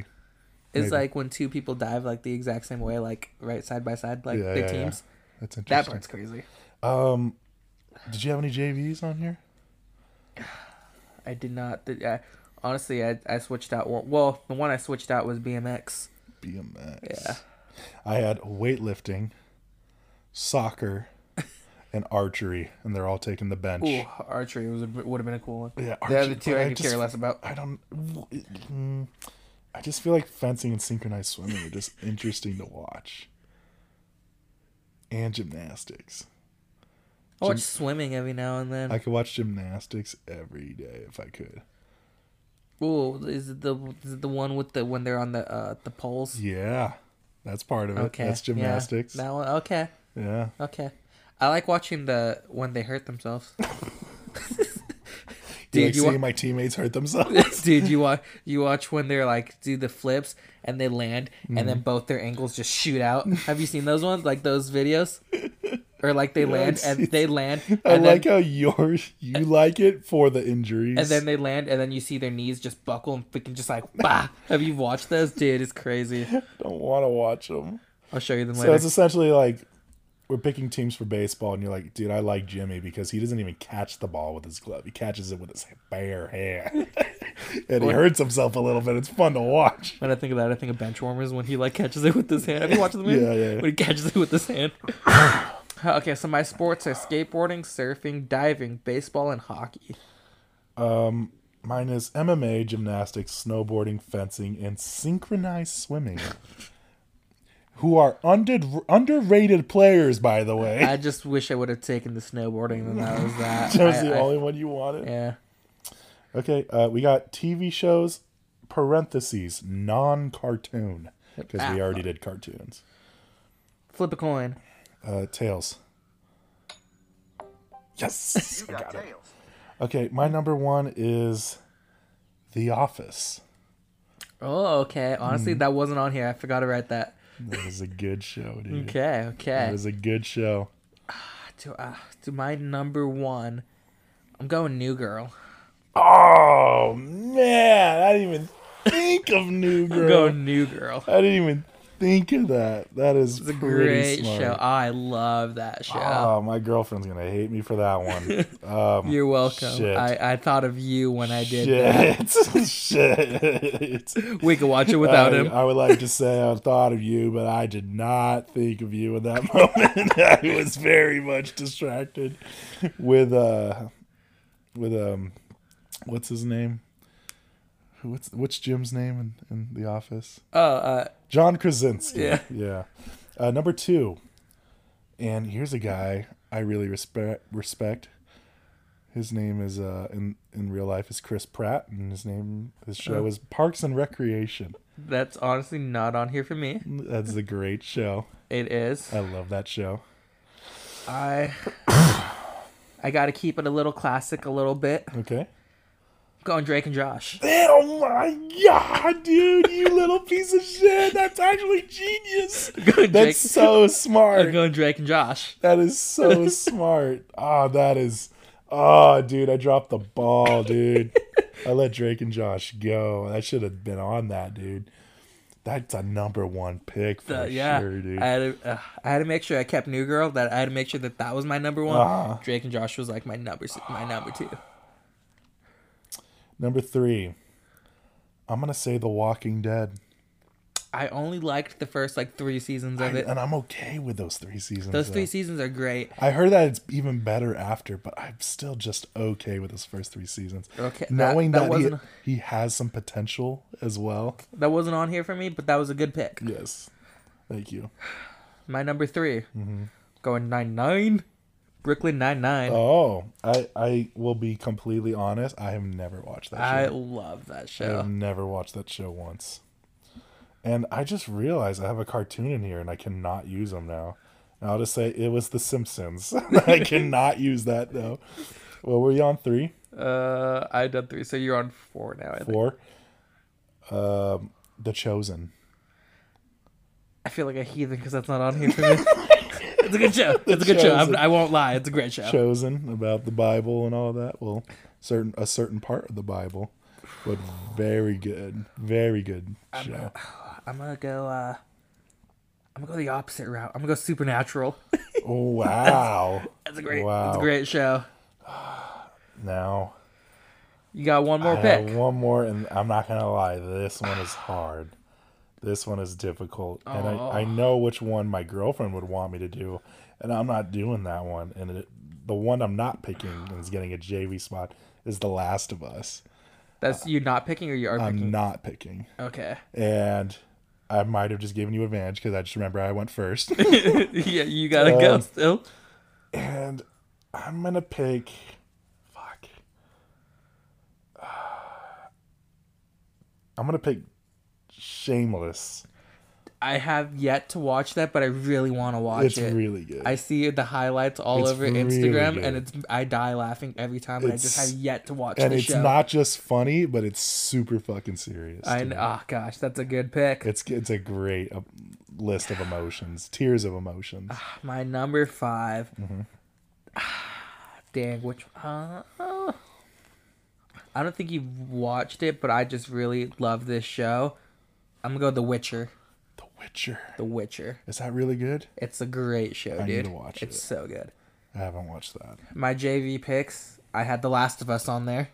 Speaker 1: it's
Speaker 2: Uh, maybe.
Speaker 1: like when two people dive like the exact same way, like right side by side, like
Speaker 2: Yeah,
Speaker 1: their
Speaker 2: yeah, yeah.
Speaker 1: teams.
Speaker 2: That's
Speaker 1: That
Speaker 2: interesting. Um,
Speaker 1: part's crazy.
Speaker 2: Did you have any JVs on here?
Speaker 1: I did not. Did, I, honestly, I, I switched out one. Well, the one I switched out was BMX.
Speaker 2: BMX.
Speaker 1: Yeah.
Speaker 2: I had weightlifting, soccer, and archery, and they're all taking the bench.
Speaker 1: Ooh, archery was a, would have been a cool one.
Speaker 2: Yeah,
Speaker 1: the
Speaker 2: archery,
Speaker 1: other two
Speaker 2: but
Speaker 1: I,
Speaker 2: I
Speaker 1: could
Speaker 2: just-
Speaker 1: care less about.
Speaker 2: I don't. mm, I just feel like fencing and synchronized swimming are just interesting to watch. And gymnastics.
Speaker 1: I watch swimming every now and then.
Speaker 2: I could watch gymnastics every day if I could.
Speaker 1: Ooh, is it the is it the one with the when they're on the uh the poles?
Speaker 2: Yeah, that's part of it.
Speaker 1: Okay,
Speaker 2: That's
Speaker 1: yeah,
Speaker 2: gymnastics.
Speaker 1: that one. Okay,
Speaker 2: yeah.
Speaker 1: okay. I like watching the when they hurt themselves.
Speaker 2: You
Speaker 1: Dude,
Speaker 2: like
Speaker 1: you
Speaker 2: seeing
Speaker 1: wa-
Speaker 2: my teammates hurt themselves.
Speaker 1: Dude, you watch you watch when they're like do the flips and they land and
Speaker 2: Mm-hmm.
Speaker 1: then both their ankles just shoot out. Have you seen those ones? Like those videos? Or like they land and
Speaker 2: seen-
Speaker 1: they land
Speaker 2: I
Speaker 1: and
Speaker 2: like
Speaker 1: then
Speaker 2: how you're you like it for the injuries.
Speaker 1: and then they land and then you see their knees just buckle and freaking just like bah. Have you watched those? Dude, it's crazy.
Speaker 2: don't want to watch them.
Speaker 1: I'll show you them
Speaker 2: So
Speaker 1: later.
Speaker 2: it's essentially like we're picking teams for baseball, and you're like, dude, I like Jimmy because he doesn't even catch the ball with his glove. He catches it with his bare hand, and he hurts himself a little bit. It's fun to watch.
Speaker 1: when I think of that, I think of bench warmers when he like catches it with his hand. Have you watched the movie?
Speaker 2: Yeah, yeah, yeah.
Speaker 1: When he catches it with his hand. okay, so my sports are skateboarding, surfing, diving, baseball, and hockey.
Speaker 2: Mine is MMA, gymnastics, snowboarding, fencing, and synchronized swimming. Who are under, underrated players, by the way.
Speaker 1: I just wish I would have taken the snowboarding, and that was that.
Speaker 2: that was
Speaker 1: I-
Speaker 2: the
Speaker 1: I-
Speaker 2: only one you wanted.
Speaker 1: yeah.
Speaker 2: Okay, uh, we got TV shows, parentheses, non cartoon, because
Speaker 1: ah,
Speaker 2: we already did cartoons.
Speaker 1: Flip a coin.
Speaker 2: Uh, tails. Yes, I got it. Okay, my number one is The Office.
Speaker 1: Oh, okay.
Speaker 2: Mm-hmm.
Speaker 1: Honestly, that wasn't on here. I forgot to write that.
Speaker 2: That was a good show, dude.
Speaker 1: Okay,
Speaker 2: That
Speaker 1: okay.
Speaker 2: was a good show.
Speaker 1: To, uh, to my number one, I'm going New Girl.
Speaker 2: Oh man, I didn't even think of New
Speaker 1: I'm
Speaker 2: Girl.
Speaker 1: going New Girl.
Speaker 2: I didn't even think of that. That is
Speaker 1: It's a
Speaker 2: pretty
Speaker 1: great
Speaker 2: smart.
Speaker 1: show. I love that show.
Speaker 2: Oh, my girlfriend's gonna hate me for that one. Um,
Speaker 1: You're welcome.
Speaker 2: shit.
Speaker 1: I, I thought of you when I did that.
Speaker 2: shit, shit.
Speaker 1: We could watch it without
Speaker 2: I,
Speaker 1: him.
Speaker 2: I would like to say I thought of you, but I did not think of you in that moment. I was very much distracted with uh with um what's his name? Who- What's what's Jim's name in, in the office?
Speaker 1: Oh, uh,
Speaker 2: John Krasinski.
Speaker 1: Yeah.
Speaker 2: Yeah. Uh, number two. And here's a guy I really respect respect. His name is uh in, in real life is Chris Pratt and his name his
Speaker 1: Oh.
Speaker 2: show is Parks and Recreation.
Speaker 1: that's honestly not on here for me.
Speaker 2: That's a great show.
Speaker 1: It is.
Speaker 2: I love that show.
Speaker 1: I I got to keep it a little classic, a little bit.
Speaker 2: Okay.
Speaker 1: Going Drake and Josh.
Speaker 2: Oh my god, dude, you little piece of shit. That's actually genius.
Speaker 1: Going Drake.
Speaker 2: That's so smart.
Speaker 1: going Drake and Josh.
Speaker 2: That is so smart. Ah, that is. Oh, dude, I dropped the ball, dude. I let Drake and Josh go. I should have been on that, dude. That's a number one pick for
Speaker 1: Uh, yeah,
Speaker 2: Oh, sure, dude.
Speaker 1: I had to, uh, I had to make sure I kept New Girl. That I had to make sure that that was my number one.
Speaker 2: Ah.
Speaker 1: Drake and Josh was like my number s- my number two.
Speaker 2: Number three. I'm gonna say The Walking Dead,
Speaker 1: I only liked the first like three seasons
Speaker 2: I-
Speaker 1: of it.
Speaker 2: and I'm okay with those three seasons.
Speaker 1: Those three
Speaker 2: though.
Speaker 1: seasons are great.
Speaker 2: I heard that it's even better after, but I'm still just okay with those first three seasons.
Speaker 1: Okay, that-
Speaker 2: knowing
Speaker 1: that
Speaker 2: that,
Speaker 1: wasn't-
Speaker 2: he, he has some potential as well.
Speaker 1: That wasn't on here for me, but that was a good pick.
Speaker 2: Yes, thank you.
Speaker 1: My number 3 Going 9 9. Brooklyn 9 9.
Speaker 2: Mm-hmm. Oh, I I will be completely honest. I have never watched that.
Speaker 1: I
Speaker 2: show.
Speaker 1: love that
Speaker 2: I
Speaker 1: show.
Speaker 2: have never watched that show once. And I just realized I have a cartoon in here and I cannot use them now. And I'll just say it was The Simpsons. I cannot use that though. Well, were you on three,
Speaker 1: Uh, I done three, so you're on four now. I think.
Speaker 2: four? Um, The Chosen.
Speaker 1: I feel like a heathen because that's not on here for me. it's a good show. It's a good show. I'm,
Speaker 2: Chosen.
Speaker 1: I won't lie. It's a great show.
Speaker 2: chosen about the Bible and all that. Well, certain a certain part of the Bible, but very good, very good show.
Speaker 1: I'm gonna go. uh I'm gonna go the opposite route. I'm gonna go supernatural.
Speaker 2: Oh, wow,
Speaker 1: That's a great.
Speaker 2: Wow.
Speaker 1: That's a great show.
Speaker 2: Now
Speaker 1: You got one more
Speaker 2: I
Speaker 1: pick.
Speaker 2: have one more, and I'm not gonna lie, this one is hard. This one is difficult, and I, I know which one my girlfriend would want me to do, and I'm not doing that one. And it, the one I'm not picking and is getting a JV spot is The Last of Us.
Speaker 1: That's you not picking or you are
Speaker 2: I'm
Speaker 1: picking.
Speaker 2: not picking.
Speaker 1: Okay.
Speaker 2: and I might have just given you advantage because I just remember I went first.
Speaker 1: yeah, you gotta go still.
Speaker 2: and I'm gonna pick. Fuck. I'm gonna pick Shameless.
Speaker 1: I have yet to watch that, but I really want to watch
Speaker 2: It's
Speaker 1: it.
Speaker 2: really good.
Speaker 1: I see the highlights all
Speaker 2: It's
Speaker 1: over
Speaker 2: really
Speaker 1: Instagram,
Speaker 2: good.
Speaker 1: and it's I die laughing every time. And I just
Speaker 2: It's-
Speaker 1: have yet to watch
Speaker 2: and
Speaker 1: the
Speaker 2: it's
Speaker 1: show.
Speaker 2: not just funny, but it's super fucking serious.
Speaker 1: I
Speaker 2: too.
Speaker 1: kn- oh gosh, that's a good pick.
Speaker 2: It's it's a great uh, list of emotions, tears of emotions.
Speaker 1: My number 5
Speaker 2: Mm-hmm.
Speaker 1: Dang, which uh, I don't think you've watched it, but I just really love this show. I'm gonna go The Witcher.
Speaker 2: The Witcher.
Speaker 1: The Witcher.
Speaker 2: Is that really good?
Speaker 1: It's a great show, dude.
Speaker 2: need to watch
Speaker 1: it's
Speaker 2: it.
Speaker 1: so good.
Speaker 2: I haven't watched that.
Speaker 1: My JV picks. I had The Last of Us on there.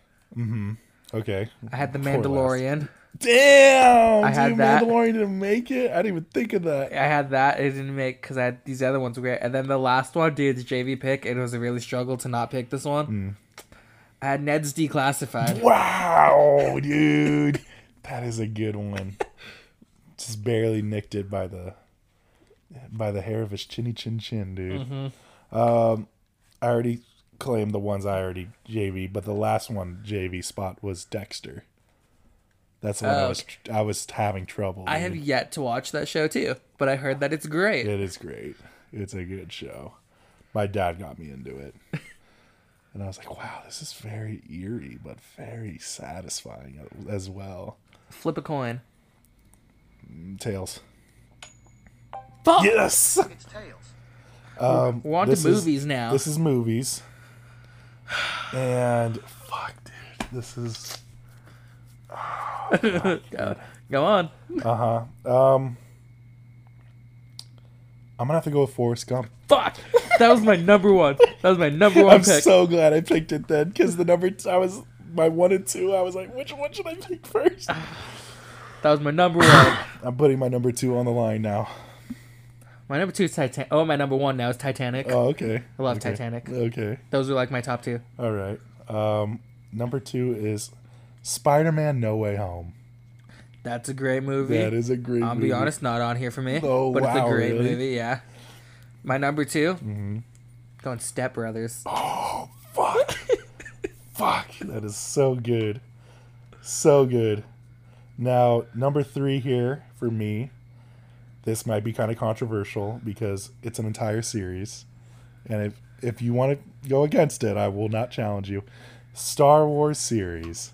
Speaker 2: Okay.
Speaker 1: I had The
Speaker 2: Poor last.
Speaker 1: Mandalorian.
Speaker 2: Damn,
Speaker 1: I
Speaker 2: dude,
Speaker 1: had that.
Speaker 2: Mandalorian didn't make it. I didn't even think of that.
Speaker 1: I had that. It didn't make because I had these other ones were great. And then the last one, dude, the JV pick. It was a really struggle to not pick this one.
Speaker 2: Mm.
Speaker 1: I had Ned's Declassified.
Speaker 2: Wow, dude, that is a good one. Just barely nicked it by the by the hair of his chinny chin chin, dude. Um,
Speaker 1: Mm-hmm.
Speaker 2: I already claimed the ones I already JV, but the last one JV spot was Dexter. That's the one I was I was having trouble.
Speaker 1: Oh, I have
Speaker 2: dude.
Speaker 1: yet to watch that show too, but I heard that it's great.
Speaker 2: It is great. It's a good show. My dad got me into it. And I was like, wow, this is very eerie, but very satisfying as well.
Speaker 1: Flip a coin.
Speaker 2: Tails.
Speaker 1: Fuck.
Speaker 2: Yes!
Speaker 1: We're on to
Speaker 2: This is-
Speaker 1: movies now.
Speaker 2: This is movies. And fuck, dude. This is.
Speaker 1: Uh, Go on.
Speaker 2: I'm gonna have to go with Forrest Gump.
Speaker 1: Fuck. That was my number one. That was my number one
Speaker 2: I'm
Speaker 1: pick.
Speaker 2: so glad I picked it then, because the number t- I was my one and two. I was like, which one should I pick first?
Speaker 1: that was my number one.
Speaker 2: I'm putting my number two on the line now.
Speaker 1: My number two is Titanic. Oh, my number one now is Titanic.
Speaker 2: Oh, okay.
Speaker 1: I love
Speaker 2: Okay.
Speaker 1: Titanic.
Speaker 2: Okay.
Speaker 1: Those are like my top two.
Speaker 2: All right. Um, number two is Spider Man No Way Home.
Speaker 1: That's a great movie.
Speaker 2: That is a great
Speaker 1: I'll
Speaker 2: movie.
Speaker 1: be honest, not on here for me.
Speaker 2: Oh,
Speaker 1: but it's a
Speaker 2: wow,
Speaker 1: great
Speaker 2: really? Mm-hmm.
Speaker 1: movie, yeah. My number 2 going Step Brothers.
Speaker 2: Fuck. Fuck. That is so good. So good. Now, number three here for me. This might be kind of controversial because it's an entire series. And if, if you want to go against it, I will not challenge you. Star Wars series.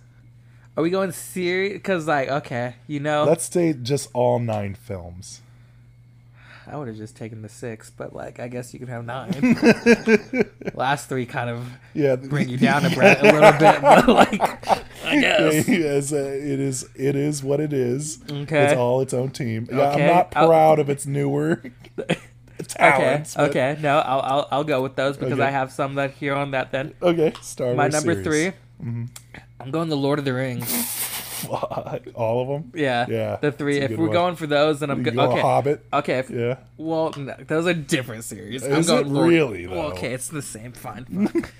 Speaker 1: Are we going serious? Because, like, okay, you know,
Speaker 2: Let's say just all nine films.
Speaker 1: I would have just taken the six, but, like, I guess you can have nine. Last three kind of
Speaker 2: Yeah.
Speaker 1: bring you down a, bre- a little bit, but, like, I guess.
Speaker 2: yes, uh, it is. It is what it is.
Speaker 1: Okay.
Speaker 2: It's all its own team. Yeah,
Speaker 1: Okay,
Speaker 2: I'm not
Speaker 1: I'll-
Speaker 2: proud of its newer
Speaker 1: Okay,
Speaker 2: talents. but-
Speaker 1: okay, no, I'll, I'll, I'll go with those because
Speaker 2: Okay.
Speaker 1: I have some that here on that then.
Speaker 2: okay. Star
Speaker 1: My
Speaker 2: Wars
Speaker 1: number
Speaker 2: series.
Speaker 1: 3 i
Speaker 2: Mm-hmm.
Speaker 1: I'm going The Lord of the Rings.
Speaker 2: Fuck, all of them.
Speaker 1: Yeah,
Speaker 2: Yeah,
Speaker 1: the three. If
Speaker 2: that's a good
Speaker 1: we're
Speaker 2: one.
Speaker 1: going for those, then I'm
Speaker 2: You
Speaker 1: good.
Speaker 2: go
Speaker 1: Okay,
Speaker 2: Hobbit.
Speaker 1: Okay. If,
Speaker 2: Yeah.
Speaker 1: Well, no, those are different series.
Speaker 2: Is it
Speaker 1: Lord-
Speaker 2: really,
Speaker 1: Well,
Speaker 2: though? Oh,
Speaker 1: okay, it's the same. Fine. fuck.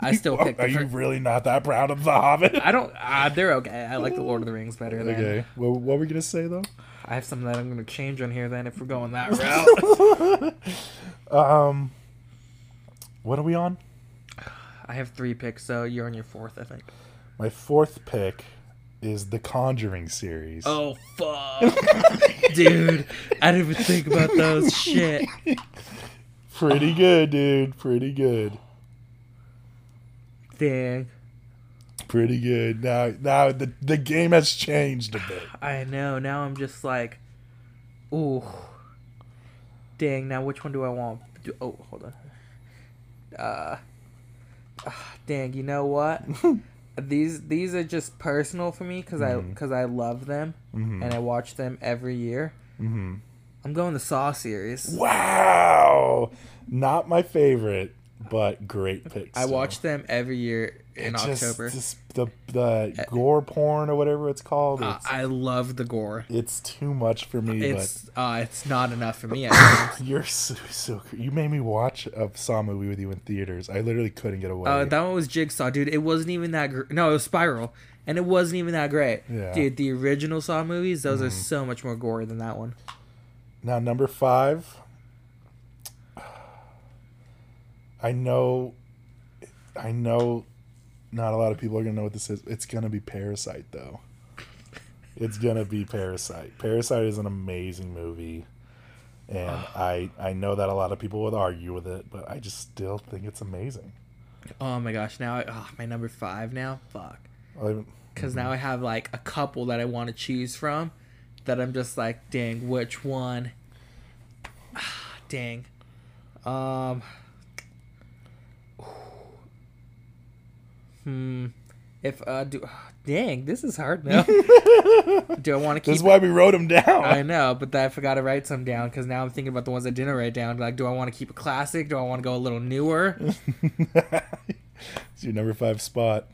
Speaker 1: I still pick.
Speaker 2: Are
Speaker 1: The
Speaker 2: you
Speaker 1: fir-
Speaker 2: really not that proud of the Hobbit?
Speaker 1: I don't. Uh, they're okay. I like the Lord of the Rings better. Than,
Speaker 2: okay. What, what were we gonna say though?
Speaker 1: I have some that I'm gonna change on here then if we're going that route.
Speaker 2: What are we on?
Speaker 1: I have three picks, so you're on your fourth, I think.
Speaker 2: My fourth pick is the Conjuring series.
Speaker 1: Oh fuck, dude! I didn't even think about those. Shit.
Speaker 2: Pretty good, dude. Pretty good.
Speaker 1: Dang.
Speaker 2: Pretty good. Now, now the the game has changed a bit.
Speaker 1: I know. Now I'm just like, ooh, dang. Now which one do I want? Do, oh, hold on. Uh, ah, dang. You know what? these these are just personal for me because I because I love them and I watch them every year. I'm going the Saw series.
Speaker 2: Wow. Not my favorite, but great picks.
Speaker 1: I watch them every year in October.
Speaker 2: Just the the gore porn or whatever it's called.
Speaker 1: Uh,
Speaker 2: it's,
Speaker 1: I love the gore.
Speaker 2: it's too much for me.
Speaker 1: It's uh, it's not enough for me. I think.
Speaker 2: but you're so so. cr- You made me watch a Saw movie with you in theaters. I literally couldn't get away.
Speaker 1: Uh, that one was Jigsaw, dude. It wasn't even that. Gr- no, it was Spiral, and it wasn't even that great.
Speaker 2: Yeah. Mm-hmm.
Speaker 1: Dude, the original Saw movies, those are so much more gory than that one.
Speaker 2: Now, number five, I know, I know, not a lot of people are gonna know what this is. It's gonna be Parasite, though. It's gonna be Parasite. Parasite is an amazing movie, and I I know that a lot of people would argue with it, but I just still think it's amazing.
Speaker 1: Oh my gosh, now I, oh, my number five now, fuck,
Speaker 2: I,
Speaker 1: because
Speaker 2: Mm-hmm.
Speaker 1: now I have like a couple that I want to choose from, that I'm just like, dang, which one? Ah, dang, um, hmm, if uh, do, dang, this is hard now. do I want to keep?
Speaker 2: this is why we wrote them down.
Speaker 1: I know, but then I forgot to write some down because now I'm thinking about the ones I didn't write down. Like, do I want to keep a classic? Do I want to go a little newer?
Speaker 2: it's your number five spot.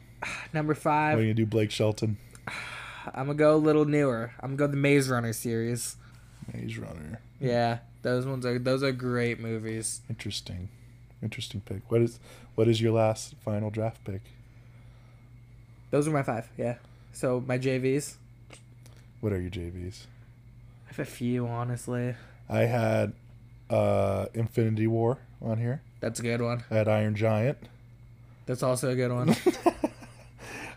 Speaker 1: Number
Speaker 2: What are you
Speaker 1: five,
Speaker 2: gonna do, Blake Shelton?
Speaker 1: I'm gonna go a little newer. I'm gonna go the Maze Runner series.
Speaker 2: Maze Runner.
Speaker 1: Yeah, those ones are those are great movies.
Speaker 2: Interesting. Interesting pick. What is what is your last final draft pick?
Speaker 1: Those are my five. Yeah. So my JVs,
Speaker 2: What are your JVs?
Speaker 1: I have a few honestly.
Speaker 2: I had uh Infinity War on here.
Speaker 1: That's a good one.
Speaker 2: I had Iron Giant.
Speaker 1: That's also a good one.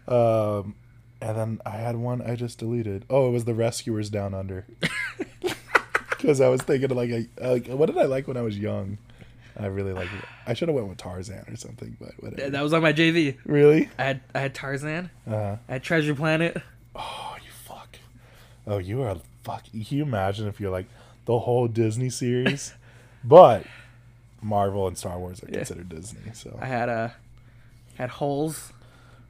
Speaker 2: Um and then I had one I just deleted. Oh, it was The Rescuers Down Under. Cuz I was thinking of like a, like what did I like when I was young? I really like I should have went with Tarzan or something, but whatever.
Speaker 1: that was on my JV.
Speaker 2: really?
Speaker 1: I had I had Tarzan.
Speaker 2: Uh-huh.
Speaker 1: I had Treasure Planet.
Speaker 2: Oh, you fuck. Oh, you are fuck. Can you imagine if you're like the whole Disney series, but Marvel and Star Wars are considered Disney, so
Speaker 1: I had uh, had holes.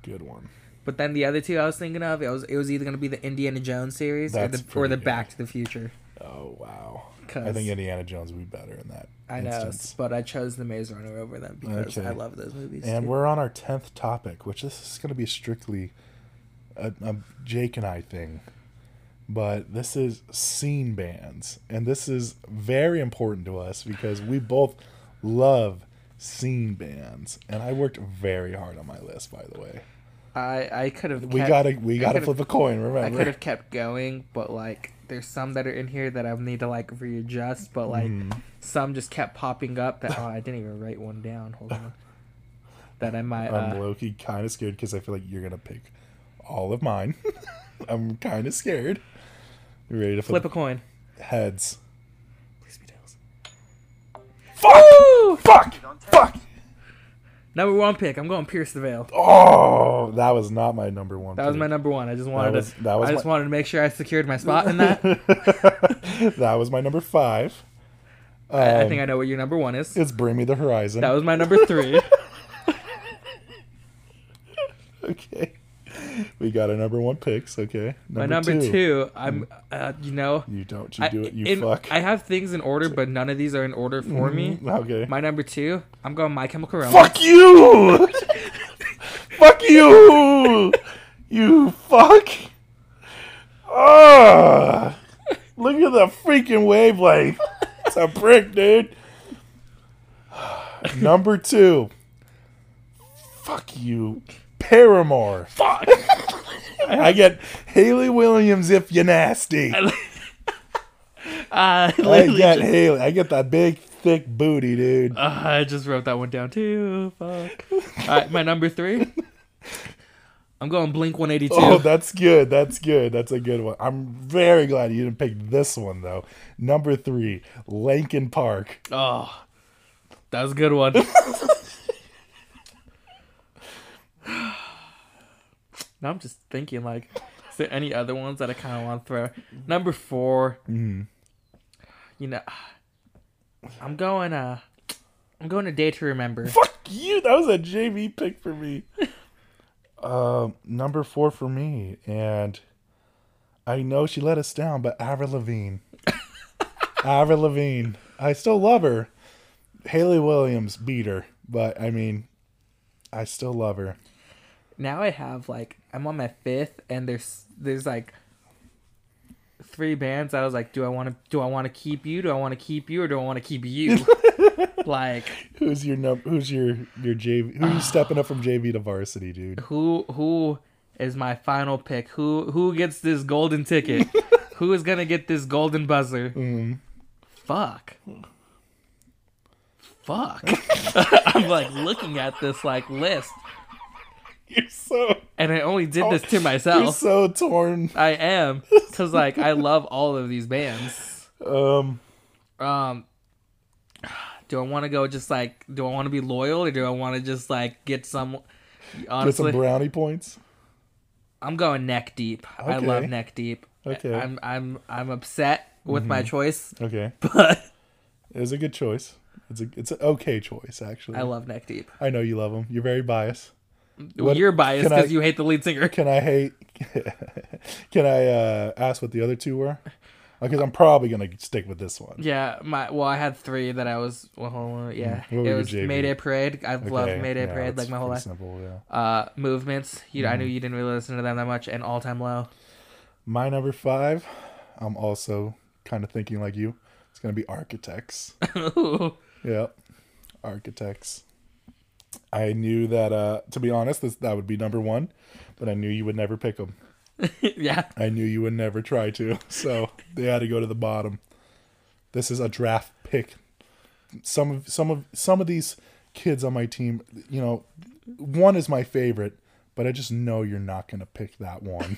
Speaker 2: good one.
Speaker 1: But then the other two I was thinking of, it was it was either gonna be the Indiana Jones series
Speaker 2: That's
Speaker 1: or the or
Speaker 2: pretty
Speaker 1: the
Speaker 2: good.
Speaker 1: Back to the Future.
Speaker 2: Oh wow.
Speaker 1: 'Cause-
Speaker 2: I think Indiana Jones would be better in that
Speaker 1: I know, but I chose the Maze Runner over them because
Speaker 2: Okay.
Speaker 1: I love those movies.
Speaker 2: And
Speaker 1: too.
Speaker 2: we're on our tenth topic, which this is going to be strictly a, a Jake and I thing. But this is scene bands, and this is very important to us because we both love scene bands. And I worked very hard on my list, by the way.
Speaker 1: I I could have
Speaker 2: We gotta we gotta flip a coin.
Speaker 1: I could
Speaker 2: Remember,
Speaker 1: have kept going, but like there's some that are in here that I need to like readjust, but like some just kept popping up that oh I didn't even write one down. Hold on, that I might.
Speaker 2: I'm
Speaker 1: Uh,
Speaker 2: low key kind of scared because I feel like you're gonna pick all of mine. I'm kind of scared. You ready to flip,
Speaker 1: Flip a coin.
Speaker 2: heads?
Speaker 1: Please be tails.
Speaker 2: Fuck! Fuck! Fuck!
Speaker 1: Number one pick. I'm going Pierce the Veil.
Speaker 2: Oh, that was not my number one.
Speaker 1: That was my number one. I just wanted
Speaker 2: was-
Speaker 1: to.
Speaker 2: that was
Speaker 1: I just
Speaker 2: my-
Speaker 1: wanted to make sure I secured my spot in that.
Speaker 2: number. that was my number five.
Speaker 1: I,
Speaker 2: Um,
Speaker 1: I think I know what your number one is.
Speaker 2: It's Bring Me the Horizon.
Speaker 1: That was my number three.
Speaker 2: okay. We got our number one picks. Okay.
Speaker 1: my number two. I'm. Uh, you know.
Speaker 2: Mm. You don't. You do it. You
Speaker 1: in-
Speaker 2: fuck. Mm-hmm.
Speaker 1: I have things in order, but none of these are in order for me.
Speaker 2: okay.
Speaker 1: My number two, I'm going My Chemical Romance.
Speaker 2: fuck you. fuck you. You fuck. Ah. Look at the freaking wavelength. It's a prick, dude. Number two. Fuck you. Paramore. Fuck. I get Haley Williams if you nasty.
Speaker 1: I
Speaker 2: I
Speaker 1: literally
Speaker 2: get
Speaker 1: just-
Speaker 2: Haley. I get that big, thick booty, dude.
Speaker 1: Oh, Uh, I just wrote that one down too. Fuck. All right, my number three. I'm going Blink 182.
Speaker 2: Oh, that's good. That's good. That's a good one. I'm very glad you didn't pick this one though. Number three, Lincoln Park.
Speaker 1: Oh, that was a good one. now I'm just thinking, like, is there any other ones that I kind of want to throw? Number 4 You know, I'm going. Uh, I'm going a day to remember.
Speaker 2: Fuck you. That was a JV pick for me. um, number four for me, and I know she let us down, but Avril Lavigne. Avril Lavigne. I still love her. Haley Williams beat her, but I mean, I still love her.
Speaker 1: now I have like I'm on my fifth, and there's there's like three bands. I was like, do I want to do I want to keep you? Do I want to keep you, or do I want to keep you? like
Speaker 2: Who's your num- Who's your your JV? Who you stepping up from JV to varsity, dude?
Speaker 1: who who is my final pick? Who who gets this golden ticket? who is gonna get this golden buzzer?
Speaker 2: Mm-hmm.
Speaker 1: Fuck. Fuck. I'm like looking at this like list,
Speaker 2: You're so
Speaker 1: and I only did this to
Speaker 2: Oh, you're
Speaker 1: myself.
Speaker 2: so torn.
Speaker 1: I am because like I love all of these bands.
Speaker 2: Um,
Speaker 1: um do I want to go just like do I want to be loyal or do I want to just like get some
Speaker 2: get
Speaker 1: honestly
Speaker 2: some brownie points.
Speaker 1: I'm going neck deep. I love
Speaker 2: Okay.
Speaker 1: neck deep.
Speaker 2: Okay. Mm-hmm.
Speaker 1: I'm I'm I'm upset with my choice,
Speaker 2: Okay,
Speaker 1: but
Speaker 2: it was a good choice. It's a it's an okay choice actually.
Speaker 1: I love neck deep.
Speaker 2: I know you love them. You're very biased. What-
Speaker 1: You're biased
Speaker 2: can I-
Speaker 1: cuz you hate the lead singer.
Speaker 2: Can I hate? can I uh, ask what the other two were? Because I'm probably gonna stick with this one.
Speaker 1: Yeah, my well I had 3 that I was well, yeah.
Speaker 2: Mm, What were
Speaker 1: It
Speaker 2: your
Speaker 1: was
Speaker 2: JV?
Speaker 1: Mayday Parade. I've
Speaker 2: Okay,
Speaker 1: loved Mayday
Speaker 2: yeah,
Speaker 1: Parade
Speaker 2: it's
Speaker 1: like my whole
Speaker 2: pretty Mm-hmm.
Speaker 1: life.
Speaker 2: Simple, yeah.
Speaker 1: Uh movements. You I knew you didn't really listen to them that much and All Time Low.
Speaker 2: My number five. I'm also kind of thinking like you. It's gonna be architects. Yep. Architects. I knew that uh to be honest this, that would be number 1, but I knew you would never pick them.
Speaker 1: yeah.
Speaker 2: I knew you would never try to. So, they had to go to the bottom. This is a draft pick. Some of some of some of these kids on my team, you know, one is my favorite, but I just know you're not going to pick that one.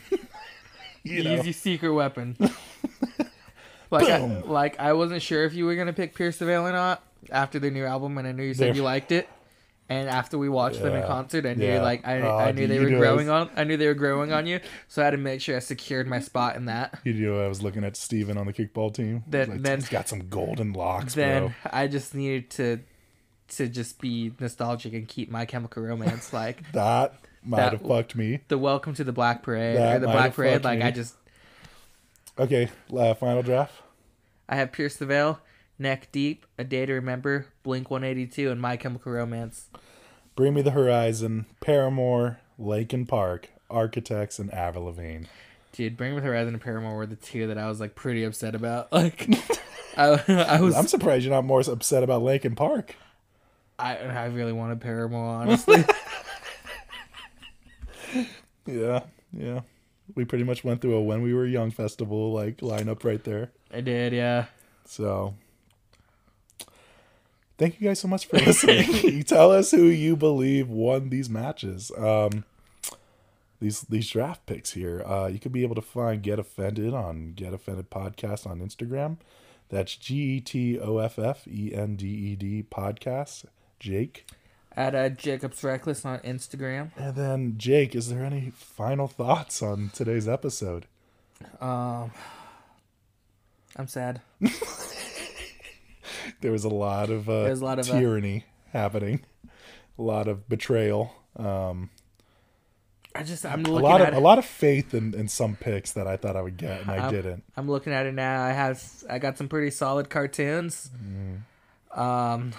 Speaker 2: you know.
Speaker 1: Use your secret weapon. like, I,
Speaker 2: Boom.
Speaker 1: like I wasn't sure if you were gonna pick Pierce the Veil or not after their new album, and I knew you said
Speaker 2: They're-
Speaker 1: you liked it. And after we watched them in
Speaker 2: Yeah,
Speaker 1: concert, I knew
Speaker 2: yeah.
Speaker 1: like I,
Speaker 2: Oh,
Speaker 1: I knew
Speaker 2: dude,
Speaker 1: they
Speaker 2: you
Speaker 1: were
Speaker 2: do
Speaker 1: growing
Speaker 2: it.
Speaker 1: on. I knew they were growing on you, so I had to make sure I secured my spot in that.
Speaker 2: You know, I was looking at Steven on the kickball team.
Speaker 1: Then-
Speaker 2: Like,
Speaker 1: then-
Speaker 2: he's got some golden locks,
Speaker 1: Then
Speaker 2: bro.
Speaker 1: I just needed to to just be nostalgic and keep my Chemical Romance like
Speaker 2: That might
Speaker 1: That-
Speaker 2: have fucked me.
Speaker 1: the Welcome to the Black Parade or
Speaker 2: That
Speaker 1: the
Speaker 2: might
Speaker 1: Black
Speaker 2: have
Speaker 1: Parade.
Speaker 2: fucked
Speaker 1: Like
Speaker 2: me.
Speaker 1: I just
Speaker 2: Okay, uh, final draft.
Speaker 1: I have Pierce the Veil, Neck Deep, A Day to Remember, Blink 182, and My Chemical Romance.
Speaker 2: Bring Me the Horizon, Paramore, Lake and Park, Architects, and Avril Lavigne.
Speaker 1: Dude, Bring With Horizon and Paramore were the two that I was like pretty upset about. Like, I, I was,
Speaker 2: I'm surprised you're not more upset about Lake and Park.
Speaker 1: I, I really wanted Paramore, honestly.
Speaker 2: Yeah, yeah. We pretty much went through a When We Were Young festival like lineup right there.
Speaker 1: I did, yeah.
Speaker 2: So, thank you guys so much for listening. you tell us who you believe won these matches. Um, these these draft picks here. Uh, you could be able to find Get Offended on Get Offended Podcast on Instagram. That's G E T O F F E N D E D podcast. Jake.
Speaker 1: At uh, Jacob's Reckless on Instagram.
Speaker 2: And then Jake, is there any final thoughts on today's episode?
Speaker 1: I'm sad.
Speaker 2: There was a lot of uh,
Speaker 1: There's a lot of, uh,
Speaker 2: tyranny happening, a lot of betrayal.
Speaker 1: I just, I'm
Speaker 2: a
Speaker 1: looking
Speaker 2: lot
Speaker 1: at
Speaker 2: of
Speaker 1: it. Uh-huh.
Speaker 2: a lot of faith in, in some picks that I thought I would get and I
Speaker 1: I'm-
Speaker 2: didn't.
Speaker 1: I'm looking at it now. I have, I got some pretty solid cartoons.
Speaker 2: Mm.
Speaker 1: Um,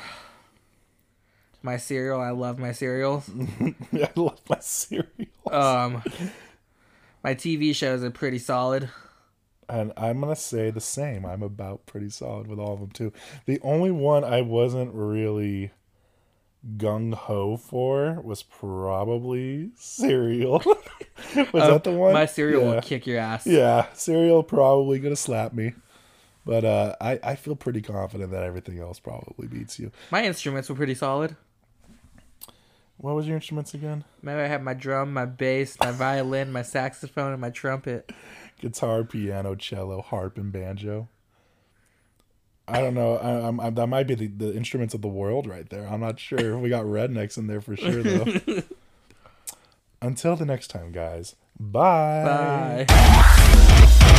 Speaker 1: my cereal, I love my cereals.
Speaker 2: I love my cereal.
Speaker 1: Um, my TV shows are pretty solid.
Speaker 2: and I'm gonna say the same. I'm about pretty solid with all of them too. The only one I wasn't really gung ho for was probably cereal. was that the one?
Speaker 1: Um, My cereal
Speaker 2: Yeah.
Speaker 1: will kick your ass.
Speaker 2: Yeah, cereal probably gonna slap me. But uh, I I feel pretty confident that everything else probably beats you.
Speaker 1: My instruments were pretty solid.
Speaker 2: What was your instruments again?
Speaker 1: Remember, I had my drum, my bass, my violin, my saxophone, and my trumpet.
Speaker 2: Guitar, piano, cello, harp, and banjo. I don't know. I, I'm, I, that might be the, the instruments of the world right there. I'm not sure. We got rednecks in there for sure, though. Until the next time, guys. Bye.
Speaker 1: Bye.